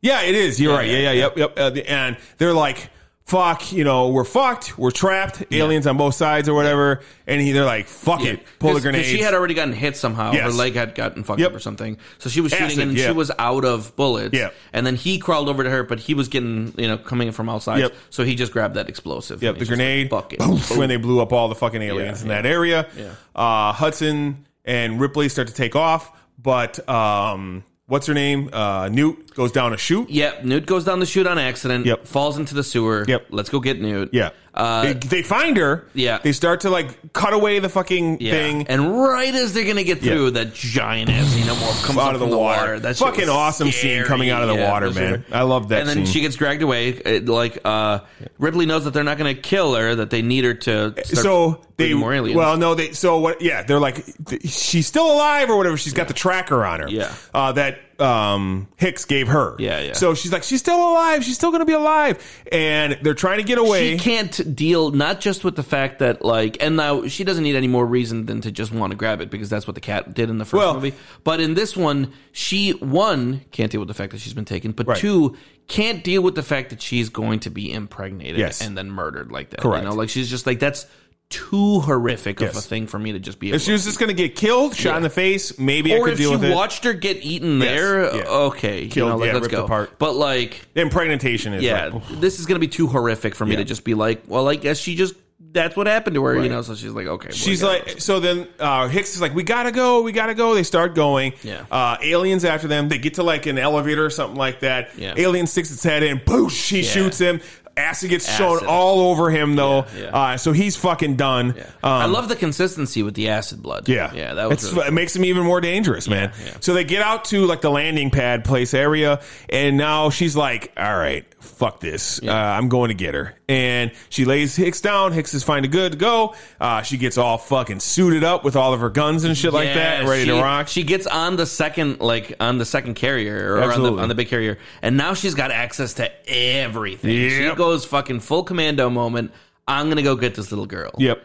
yeah, it is. You're right. Yeah, yeah, yep, yep. Uh, the, and they're like, "Fuck, you know, we're fucked. We're trapped. Aliens on both sides or whatever." And he, they're like, "Fuck it, pull 'Cause- the 'cause grenade." She had already gotten hit somehow. Her Yes. leg had gotten fucked Yep. up or something. So she was shooting Acid, and yeah. she was out of bullets. Yeah. And then he crawled over to her, but he was getting, you know, coming from outside. Yep. So he just grabbed that explosive. Yep, and the he's just grenade. Like, Fuck it. Boom, when they blew up all the fucking aliens Yeah, in that area. Uh, Hudson and Ripley start to take off, but um, what's her name? Uh, Newt goes down a chute. Yep. Newt goes down the chute on accident. Yep. Falls into the sewer. Yep. Let's go get Newt. Yeah. Uh, they, they find her. Yeah. They start to like cut away the fucking yeah. thing. And right as they're gonna get through, Yeah. that giant ass xenomorph comes out up of the from water. That shit fucking was awesome scene scary. coming out of the Yeah, water, for man. sure. I love that and then scene. she gets dragged away. It, like uh, Ripley knows that they're not going to kill her; that they need her to. Start so they breeding more aliens. well no they so what yeah they're like th- she's still alive or whatever she's got the tracker on her Yeah. uh, that um, Hicks gave her Yeah, yeah. so she's like she's still alive she's still gonna be alive and they're trying to get away she can't deal not just with the fact that like, and now she doesn't need any more reason than to just want to grab it because that's what the cat did in the first Well- movie. But in this one, she one can't deal with the fact that she's been taken, but two can't deal with the fact that she's going to be impregnated Yes. and then murdered like that. Correct. You know, like she's just like that's too horrific of Yes. a thing for me to just be. Able if she was just gonna get killed shot in the face maybe I or could if deal you with it watched her get eaten Yes, there, yeah. okay, Killed, you know, like, yeah, let's ripped go. apart. But like, impregnation is yeah, like, this is gonna be too horrific for me Yeah. to just be like, well, I guess she just that's what happened to her, you know. So she's like, okay, well, She's yeah. like, so then uh, Hicks is like, we gotta go, we gotta go. They start going. Yeah. Uh, aliens after them. They get to like an elevator or something like that. Yeah. Alien sticks its head in. Boosh! He shoots him. Acid gets shown Acid. all over him though. yeah. Uh, so he's fucking done. Uh, Yeah. I love the consistency with the acid blood. um, Yeah, yeah, that was It's- really- it makes them even more dangerous, man. yeah. So they get out to like the landing pad place area, and now she's like, "All right, fuck this, uh, I'm going to get her." And she lays Hicks down. Hicks is fine to good to go. Uh, she gets all fucking suited up with all of her guns and shit like that, Yeah, ready she- to rock. She gets on the second, like on the second carrier or on the, Absolutely. on the big carrier, and now she's got access to everything. She Yep. goes fucking full commando moment. I'm gonna go get this little girl. yep.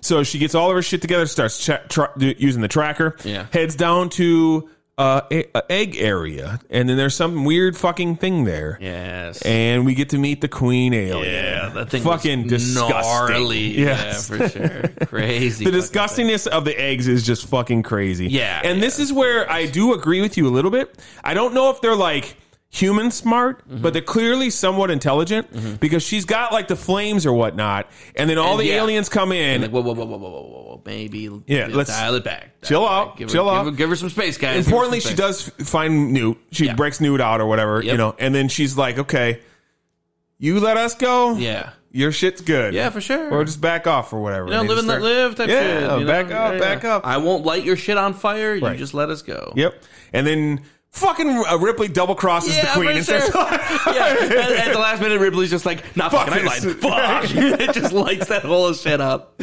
So she gets all of her shit together, starts tra- tra- using the tracker, Yeah. heads down to uh, a- a egg area, and then there's some weird fucking thing there. Yes. And we get to meet the queen alien. yeah, that thing fucking was disgusting. gnarly. Yes. Yeah, for sure. Crazy. the fucking thing. disgustingness of the eggs is just fucking crazy. Yeah, And yeah, this is where I do agree with you a little bit. I don't know if they're like human smart, Mm-hmm. but they're clearly somewhat intelligent because she's got like the flames or whatnot. And then all And the yeah. aliens come in. Like, whoa, whoa, whoa, whoa, whoa, whoa, whoa, whoa. Maybe Yeah, maybe let's- dial it back. chill Dial it out, back. Give her- chill give out. her- Give her some space, guys. Give her some Importantly, she space. does f- find Newt. She Yeah. breaks Newt out or whatever, you Yep. know, and then she's like, okay, you let us go. Yeah. Your shit's good. Yeah, for sure. Or just back off or whatever. You know, live They just and let start- live type Yeah, shit. you know? back up, Yeah. back up. I won't light your shit on fire. You Right. just let us go. Yep. And then fucking uh, Ripley double crosses Yeah, the I'm queen pretty and sure. starts yeah. At, at the last minute, Ripley's just like, not Fuck fucking I lied. this. Fuck. it just lights that whole shit up.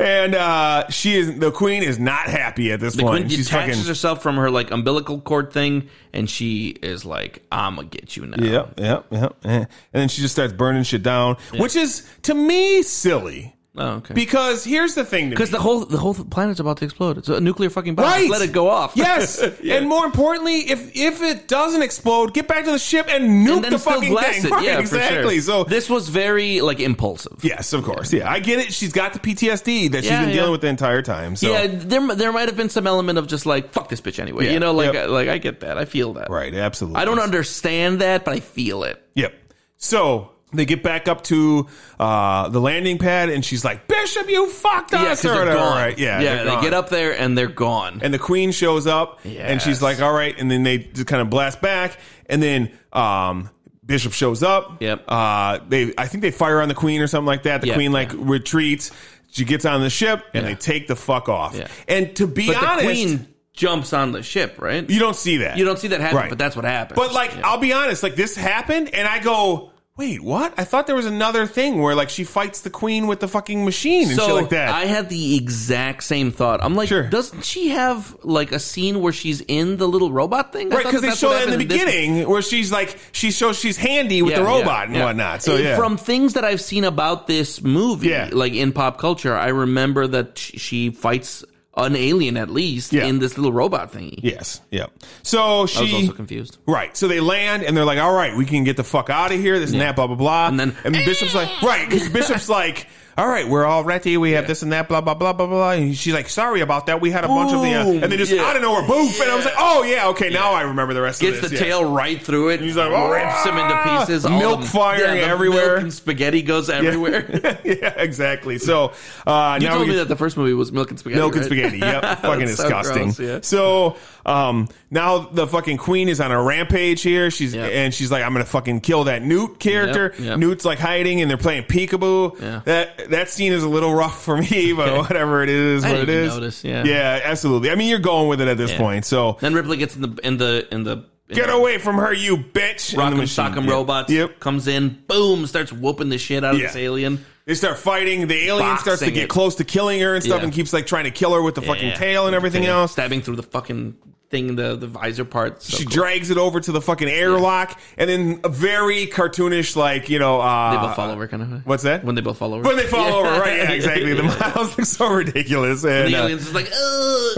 And uh, she is the queen is not happy at this The point. queen She's detaches fucking herself from her like umbilical cord thing, and she is like, "I'm gonna get you now." yep, yep, yep. eh. And then she just starts burning shit down, which is to me silly Oh, okay. because here's the thing. to Because me. the whole the whole planet's about to explode. It's a nuclear fucking bomb. Right. Just let it go off. yes, and more importantly, if if it doesn't explode, get back to the ship and nuke And then the still fucking blast thing. it. Right, yeah, for sure. exactly. So this was very like impulsive. yes, of course, yeah. I get it. She's got the PTSD that she's Yeah, been dealing yeah. with the entire time. So Yeah, there there might have been some element of just like fuck this bitch anyway. Yeah. You know, like Yep. like I get that. I feel that. right, absolutely. I don't understand that, but I feel it. Yep. So they get back up to uh, the landing pad, and she's like, "Bishop, you fucked Yeah, us!" because they're whatever. gone. Right. Yeah, yeah. they're They gone. get up there and they're gone. and the queen shows up, and she's Yes. like, "All right," and then they just kind of blast back, and then um, Bishop shows up. Yep. Uh, they, I think they fire on the queen or something like that. The Yeah, queen like retreats. She gets on the ship, and Yeah. they take the fuck off. Yeah. And to be but honest, the queen jumps on the ship, right? you don't see that. You don't see that happen, Right. but that's what happens. But like, Yeah. I'll be honest, like this happened, and I go, wait, what? I thought there was another thing where like she fights the queen with the fucking machine and shit like that. I had the exact same thought. I'm like, Sure. doesn't she have like a scene where she's in the little robot thing? I Right, thought because they that's show what that in the happened this- beginning where she's like, she shows she's handy with Yeah, the yeah, robot and yeah. whatnot. So And yeah, from things that I've seen about this movie, Yeah. like in pop culture, I remember that sh- she fights an alien at least Yeah. in this little robot thingy. yes, yeah. So I was she, also confused. right? So they land and they're like, all right, we can get the fuck out of here. This and that, blah blah blah. And then- and Bishop's like, right? Because Bishop's like. All right, we're all ready. We have this and that, blah blah blah blah blah. And she's like, "Sorry about that. We had a bunch of the," uh, Boom. and they just Yeah. out of nowhere, boof. And I was like, "Oh yeah, okay, now I remember the rest Gets of this." the yeah. tail right through it. he's like, "Ah!" rips him into pieces. all Milk of them- firing the everywhere. Milk and spaghetti goes everywhere. yeah, exactly. So uh, You now told we me get that the first movie was milk and spaghetti. milk and right? spaghetti. Yep, fucking That's so disgusting. gross, yeah. So um, now the fucking queen is on a rampage here. She's Yep. and she's like, "I'm gonna fucking kill that Newt character." Yep, yep. Newt's like hiding, and they're playing peekaboo. Yeah. That that scene is a little rough for me, but whatever it is, I what it didn't is. even notice, yeah. yeah, absolutely. I mean, you're going with it at this Yeah. point. So Then Ripley gets in the in the in the in get the away from her, you bitch! And the Rock 'em, machine- sock 'em Yep. robots. Yep. Comes in, boom, starts whooping the shit out of Yeah. this alien. They start fighting. The alien Boxing starts to get it. close to killing her and stuff, Yeah. and keeps like trying to kill her with the fucking Yeah. tail and everything Yeah. else. stabbing through the fucking thing, the the visor part. So she cool. drags it over to the fucking airlock, and then a very cartoonish, like you know, uh, they both fall over, kind of. what's that? When they both fall over. When they fall over, right? Yeah, exactly. The miles look so ridiculous, and The uh, alien's just like, oh,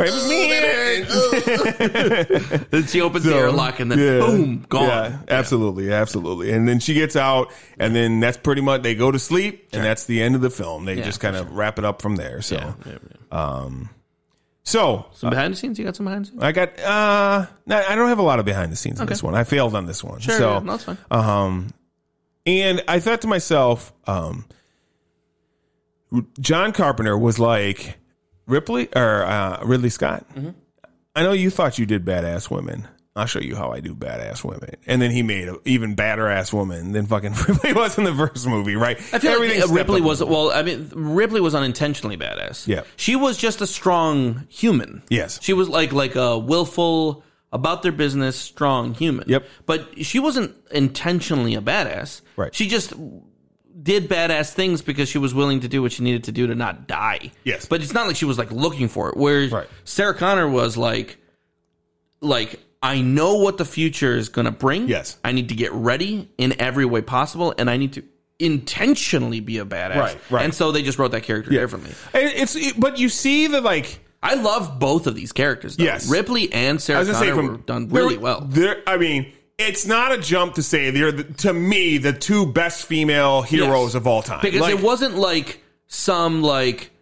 Right. then she opens the so- airlock and then yeah. boom, gone. Yeah, absolutely, absolutely. And then she gets out, and then that's pretty much they go to sleep, and that's the end of the film. They just kind of wrap it up from there. So, Yeah, yeah, yeah. so Some behind the scenes. You got some behind the scenes. I got uh no, I don't have a lot of behind the scenes on this one. I failed on this one. Sure, so yeah, no, that's fine. Um and I thought to myself, um John Carpenter was like Ripley or uh, Ridley Scott. Mm-hmm. I know you thought you did badass women. I'll show you how I do badass women. And then he made an even badder ass woman than fucking Ripley was in the first movie, right? I feel Everything like stepped Ripley up. was well. I mean, Ripley was unintentionally badass. Yeah. she was just a strong human. Yes. she was like like a willful, about their business, strong human. Yep. But she wasn't intentionally a badass. Right. She just did badass things because she was willing to do what she needed to do to not die. Yes. But it's not like she was like looking for it. Whereas Right. Sarah Connor was like, like I know what the future is going to bring. Yes. I need to get ready in every way possible, and I need to intentionally be a badass. Right, right. And so they just wrote that character differently. And it's it- but you see the like I love both of these characters. Though. Yes. Ripley and I Sarah was Connor gonna say from were done really they're- well. They're, I mean, it's not a jump to say they're the, to me the two best female Yes. heroes of all time. because Like, it wasn't like some like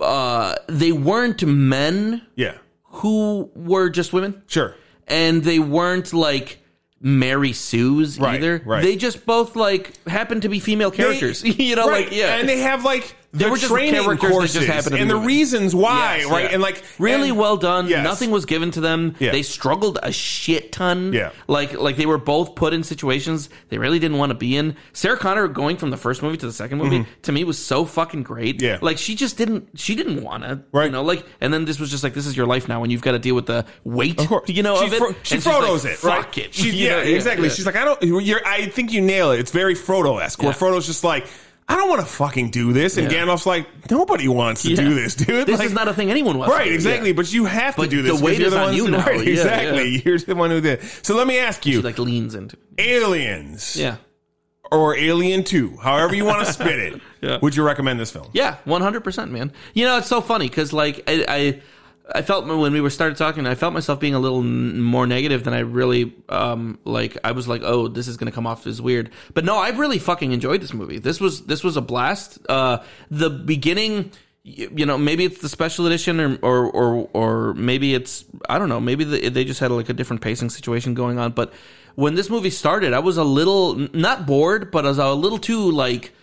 uh they weren't men yeah, who were just women sure, and they weren't like Mary Sue's Right, either. right. They just both like happened to be female characters. you know, Right, like yeah. and they have like the were just training characters that courses just happened to be and the women. reasons why, Yes, right? yeah. And like really and- well done. Yes. Nothing was given to them. Yeah. They struggled a shit ton. Yeah. Like like they were both put in situations they really didn't want to be in. Sarah Connor going from the first movie to the second movie to me was so fucking great. Mm-hmm. Yeah. Like she just didn't she didn't want to. You Right. know, like and then this was just like this is your life now and you've got to deal with the weight. Of course. You know, she of it. Fro- she And she's like, Frodo's it, right? Fuck it. She, You yeah, know, exactly. yeah. She's like, I don't. You're, I think you nail it. It's very Frodo esque. Where Yeah. Frodo's just like, I don't want to fucking do this, and Yeah. Gandalf's like, nobody wants to Yeah. do this, dude. This Like, is not a thing anyone wants. to right, do. exactly. Yeah. But you have to But do the this. 'cause weight you're is on ones you who- now. Right, Yeah, exactly. yeah. You're the one who did. So let me ask you, She like leans into. it. aliens, Yeah. or Alien Two, however you want to spit it. Yeah. Would you recommend this film? Yeah, one hundred percent, man. You know, it's so funny because like I, I, I felt when we were started talking, I felt myself being a little n- more negative than I really um like. I was like, oh, this is gonna come off as weird, but no, I really fucking enjoyed this movie. This was this was a blast. Uh, the beginning. y- You know, maybe it's the special edition, or or or, or maybe it's I don't know. Maybe the, they just had like a different pacing situation going on. But when this movie started, I was a little n- not bored, but I was a little too like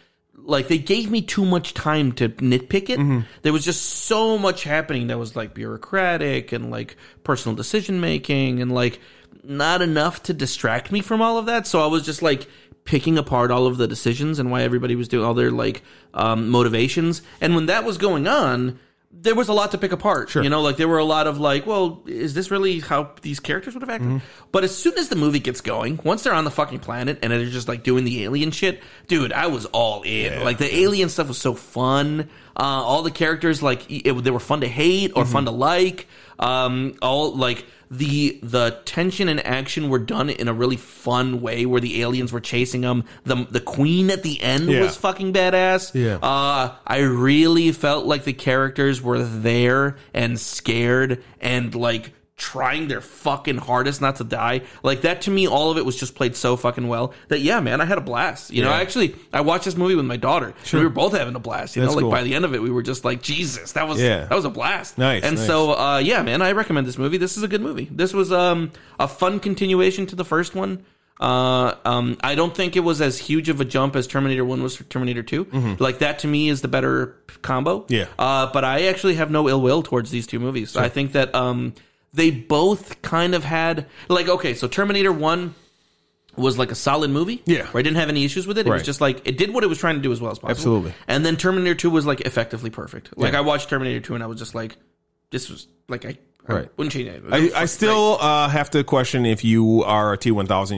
like they gave me too much time to nitpick it. There was just so much happening that was like bureaucratic and like personal decision making and like not enough to distract me from all of that. So I was just like picking apart all of the decisions and why everybody was doing all their like um, motivations. And when that was going on, there was a lot to pick apart. You know, like there were a lot of like, well, is this really how these characters would have acted? But as soon as the movie gets going, once they're on the fucking planet and they're just like doing the alien shit, dude, I was all in. like the alien stuff was so fun. Uh, all the characters, like, it, they were fun to hate or fun to like. Um, all like the the tension and action were done in a really fun way where the aliens were chasing them. The the queen at the end Yeah. was fucking badass. Yeah. Uh, I really felt like the characters were there and scared and like trying their fucking hardest not to die. Like that to me, all of it was just played so fucking well that yeah, man, I had a blast. You know, Yeah. I actually I watched this movie with my daughter. We were both having a blast. You That's know, like cool. by the end of it, we were just like, Jesus, that was Yeah. that was a blast. Nice, And nice. so uh, yeah, man, I recommend this movie. This is a good movie. This was um a fun continuation to the first one. Uh, um, I don't think it was as huge of a jump as Terminator One was for Terminator 2 Like that to me is the better p- combo. Mm-hmm. Yeah. Uh, but I actually have no ill will towards these two movies. I think that um, they both kind of had like okay, so Terminator One was like a solid movie. Yeah. Where I didn't have any issues with it. It was Right. just like it did what it was trying to do as well as possible. Absolutely. And then Terminator Two was like effectively perfect. Like Yeah. I watched Terminator Two and I was just like, this was like I, I Right. wouldn't change anything. I, I still uh, have to question if you are a T1000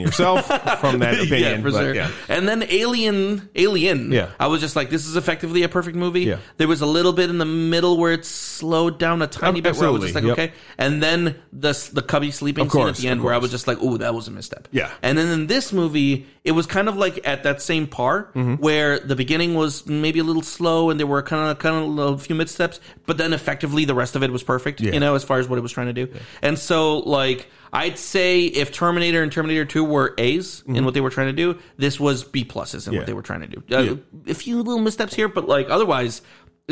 yourself from that opinion. yeah, for but sure. yeah. And then Alien, Alien. Yeah. I was just like, this is effectively a perfect movie. Yeah. There was a little bit in the middle where it slowed down a tiny Ab- bit. Where I was just like, absolutely, okay. And then the s- the cubby sleeping Of scene at course, the end, of where I was just like, oh, that was a misstep. Yeah. And then in this movie, it was kind of like at that same par Mm-hmm. where the beginning was maybe a little slow and there were kind of kind of a few missteps, but then effectively the rest of it was perfect. You know, as far as what it was trying to do. And so like. I'd say if Terminator and Terminator 2 were A's in what they were trying to do, this was B pluses in Mm-hmm. Yeah. what they were trying to do. Uh, A few little missteps here, but like otherwise,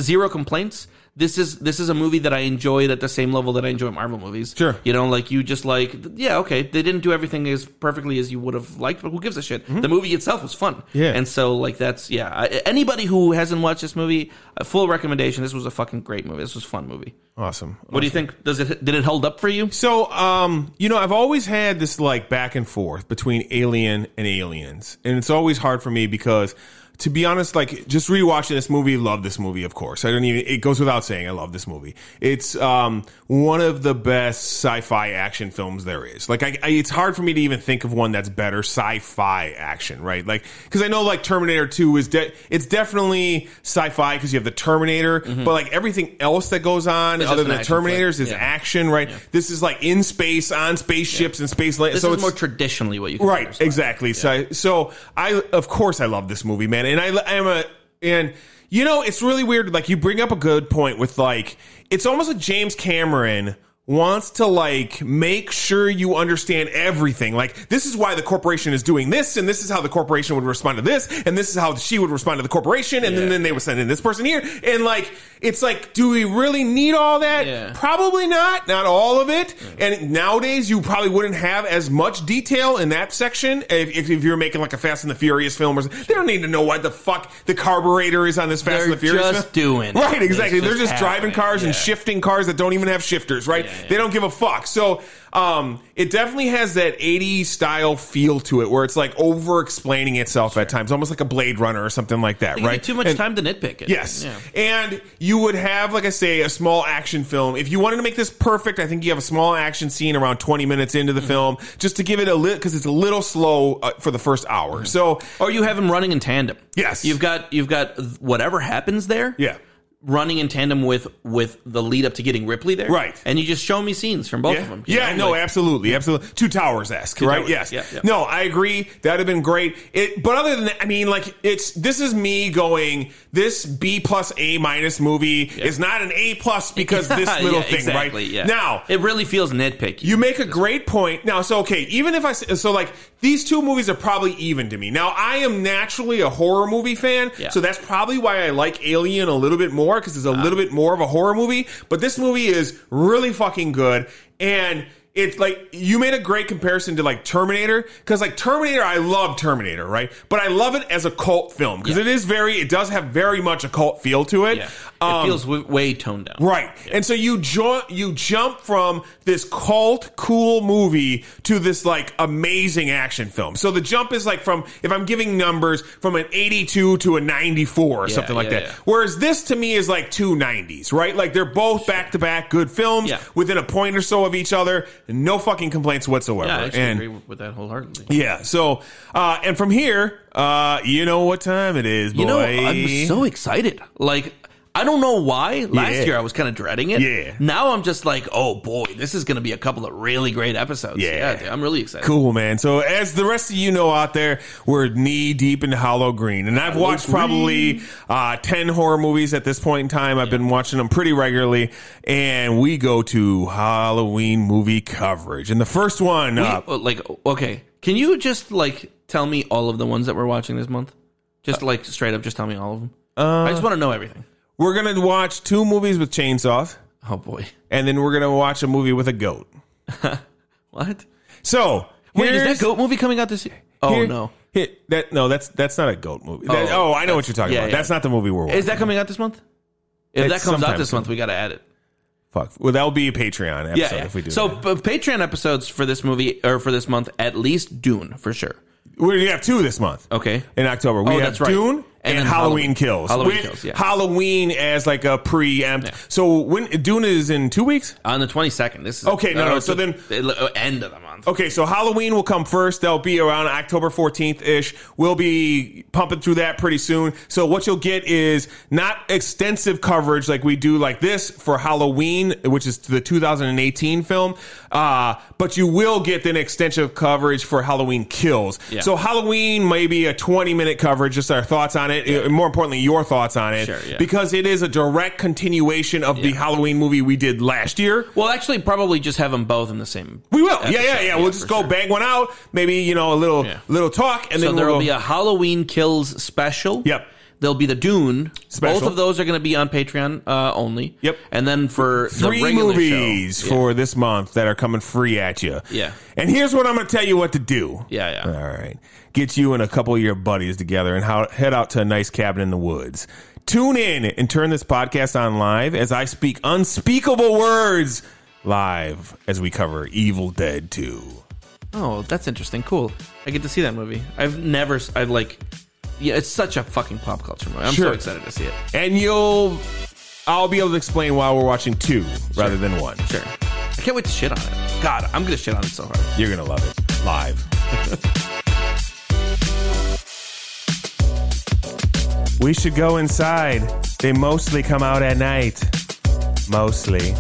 zero complaints. This is this is a movie that I enjoyed at the same level that I enjoy Marvel movies. Sure. you know, like you just like yeah, okay, they didn't do everything as perfectly as you would have liked, but who gives a shit? The movie itself was fun. Mm-hmm. Yeah. and so like that's yeah. I, anybody who hasn't watched this movie, a full recommendation. This was a fucking great movie. This was a fun movie. Awesome. What do you think? Does it did it hold up for you? So, um, you know, I've always had this like back and forth between Alien and Aliens, and it's always hard for me because, to be honest, like just rewatching this movie, love this movie, of course. I don't even. It goes without saying, I love this movie. It's um one of the best sci-fi action films there is. Like, I, I it's hard for me to even think of one that's better sci-fi action, right? Like, because I know like Terminator Two is de- it's definitely sci-fi because you have the Terminator, but like everything else that goes Mm-hmm. on It's other just an than the action flick. Terminators is Yeah. action, right? This is like in space, on spaceships, and space land. This so is it's more traditionally what you right, exactly. So, I, so I, of course, I love this movie, man. man. And I, I'm a, and you know, it's really weird. Like you bring up a good point with like, it's almost like James Cameron wants to like make sure you understand everything. Like this is why the corporation is doing this, and this is how the corporation would respond to this, and this is how she would respond to the corporation, and then, Yeah. then they would send in this person here, and like it's like, do we really need all that? Yeah. Probably not, not all of it. And nowadays, you probably wouldn't have as much detail in that section if, if, if you're making like a Fast and the Furious film. Or something. They don't need to know what the fuck the carburetor is on this Fast and the They're Furious. just film. doing it. right, It's exactly. They're just just driving happening, cars and yeah. shifting cars that don't even have shifters. Right, they don't give a fuck. So. Um, it definitely has that 80 style feel to it where it's like over explaining itself at times, almost like a Blade Runner or something like that, You right? get too much And- time to nitpick it. Yes. Yeah. And you would have, like I say, a small action film. If you wanted to make this perfect, I think you have a small action scene around 20 minutes into Mm-hmm. the film just to give it a little, because it's a little slow uh, for the first hour. Mm-hmm. So, Or you have them running in tandem. Yes. You've got you've got whatever happens there. yeah. Running in tandem with with the lead up to getting Ripley there. Right. And you just show me scenes from both Yeah, of them. you yeah know, no, like- absolutely. Absolutely. Two Towers esque, right? Towers, Yes. yeah, yeah. No, I agree. That'd have been great. It, but other than that, I mean, like, it's, this is me going, this B plus A minus movie is not an A plus because this Yeah, little thing, exactly, right? Yeah. Now, it really feels nitpicky. You make a great point. Now, so okay, even if I s- so like these two movies are probably even to me. Now, I am naturally a horror movie fan, Yeah. so that's probably why I like Alien a little bit more because it's a little bit more of a horror movie. But this movie is really fucking good, and it's like you made a great comparison to like Terminator because like Terminator, I love Terminator, right? But I love it as a cult film because Yeah. it is very, it does have very much a cult feel to it. yeah. it feels w- way toned down. um, Right. And so you jo- you jump from this cult cool movie to this like amazing action film. So the jump is like from if I'm giving numbers from an 82 to a 94 or Yeah, something like yeah, that. yeah. Whereas this to me is like two 90s, right? Like they're both back to back good films Yeah. within a point or so of each other. No fucking complaints whatsoever. Yeah, I actually and agree with, with that wholeheartedly. yeah, so uh and from here, uh you know what time it is, boy. You know, I'm so excited. Like, I don't know why. Last Yeah. year I was kind of dreading it. Yeah. Now I'm just like, oh boy, this is going to be a couple of really great episodes. Yeah. dude, I'm really excited. Cool, man. So, as the rest of you know out there, we're knee deep in Hollow Green, and I've watched probably uh, ten horror movies at this point in time. I've been watching them pretty regularly, and we go to Halloween movie coverage. And the first one uh, We- up, oh, like, okay, can you just like tell me all of the ones that we're watching this month? Just Uh, like straight up, just tell me all of them. I just want to know everything. we're gonna watch two movies with chainsaws, Oh boy, and then we're gonna watch a movie with a goat. what? So, Wait, is here's- that goat movie coming out this year? Oh here- no, here- that no, that's that's not a goat movie. That- Oh, oh, I know what you're talking yeah, about. yeah. That's not the movie we're watching. is that coming out this month? If It's that comes out sometime this month, we got to add it. Fuck. Well, that'll be a Patreon episode if we do. so that. p- Patreon episodes for this movie or for this month, at least Dune for sure. We have two this month. Okay. In October, we Oh, have that's right. Dune and, And then Halloween. Halloween, Kills. Halloween With Kills, yeah. Halloween as like a preempt. So when Dune is in two weeks. On the twenty second. This is Okay, no, no, it's so the- then- the end of the month. Okay, so Halloween will come first. That'll be around October 14th ish. We'll be pumping through that pretty soon. So what you'll get is not extensive coverage like we do like this for Halloween, which is the 2018 film. Uh, but you will get then extensive coverage for Halloween Kills. Yeah. So Halloween may be a 20 minute coverage, just our thoughts on it, and more importantly, your thoughts on it, Sure, yeah. because it is a direct continuation of the Halloween movie we did last year. Well, actually, probably just have them both in the same. We will. episode. yeah, yeah, yeah. We'll just for go sure. bang one out. Maybe you know a little Yeah. little talk, and So then there will we'll be go, a Halloween Kills special. Yep. There'll be the Dune. Special. Both of those are going to be on Patreon uh, only. Yep. And then for the three regular movies show, for this month that are coming free at you. Yeah. And here's what I'm going to tell you what to do. Yeah, yeah. All right. Get you and a couple of your buddies together and how, head out to a nice cabin in the woods. Tune in and turn this podcast on live as I speak unspeakable words live as we cover Evil Dead 2. Oh, that's interesting. Cool. I get to see that movie. I've never. s- I've like. Yeah, it's such a fucking pop culture movie. I'm Sure. so excited to see it. And you'll, I'll be able to explain why we're watching two rather than one. Sure. I can't wait to shit on it. God, I'm gonna shit on it so hard. You're going to love it live. we should go inside. They mostly come out at night. Mostly.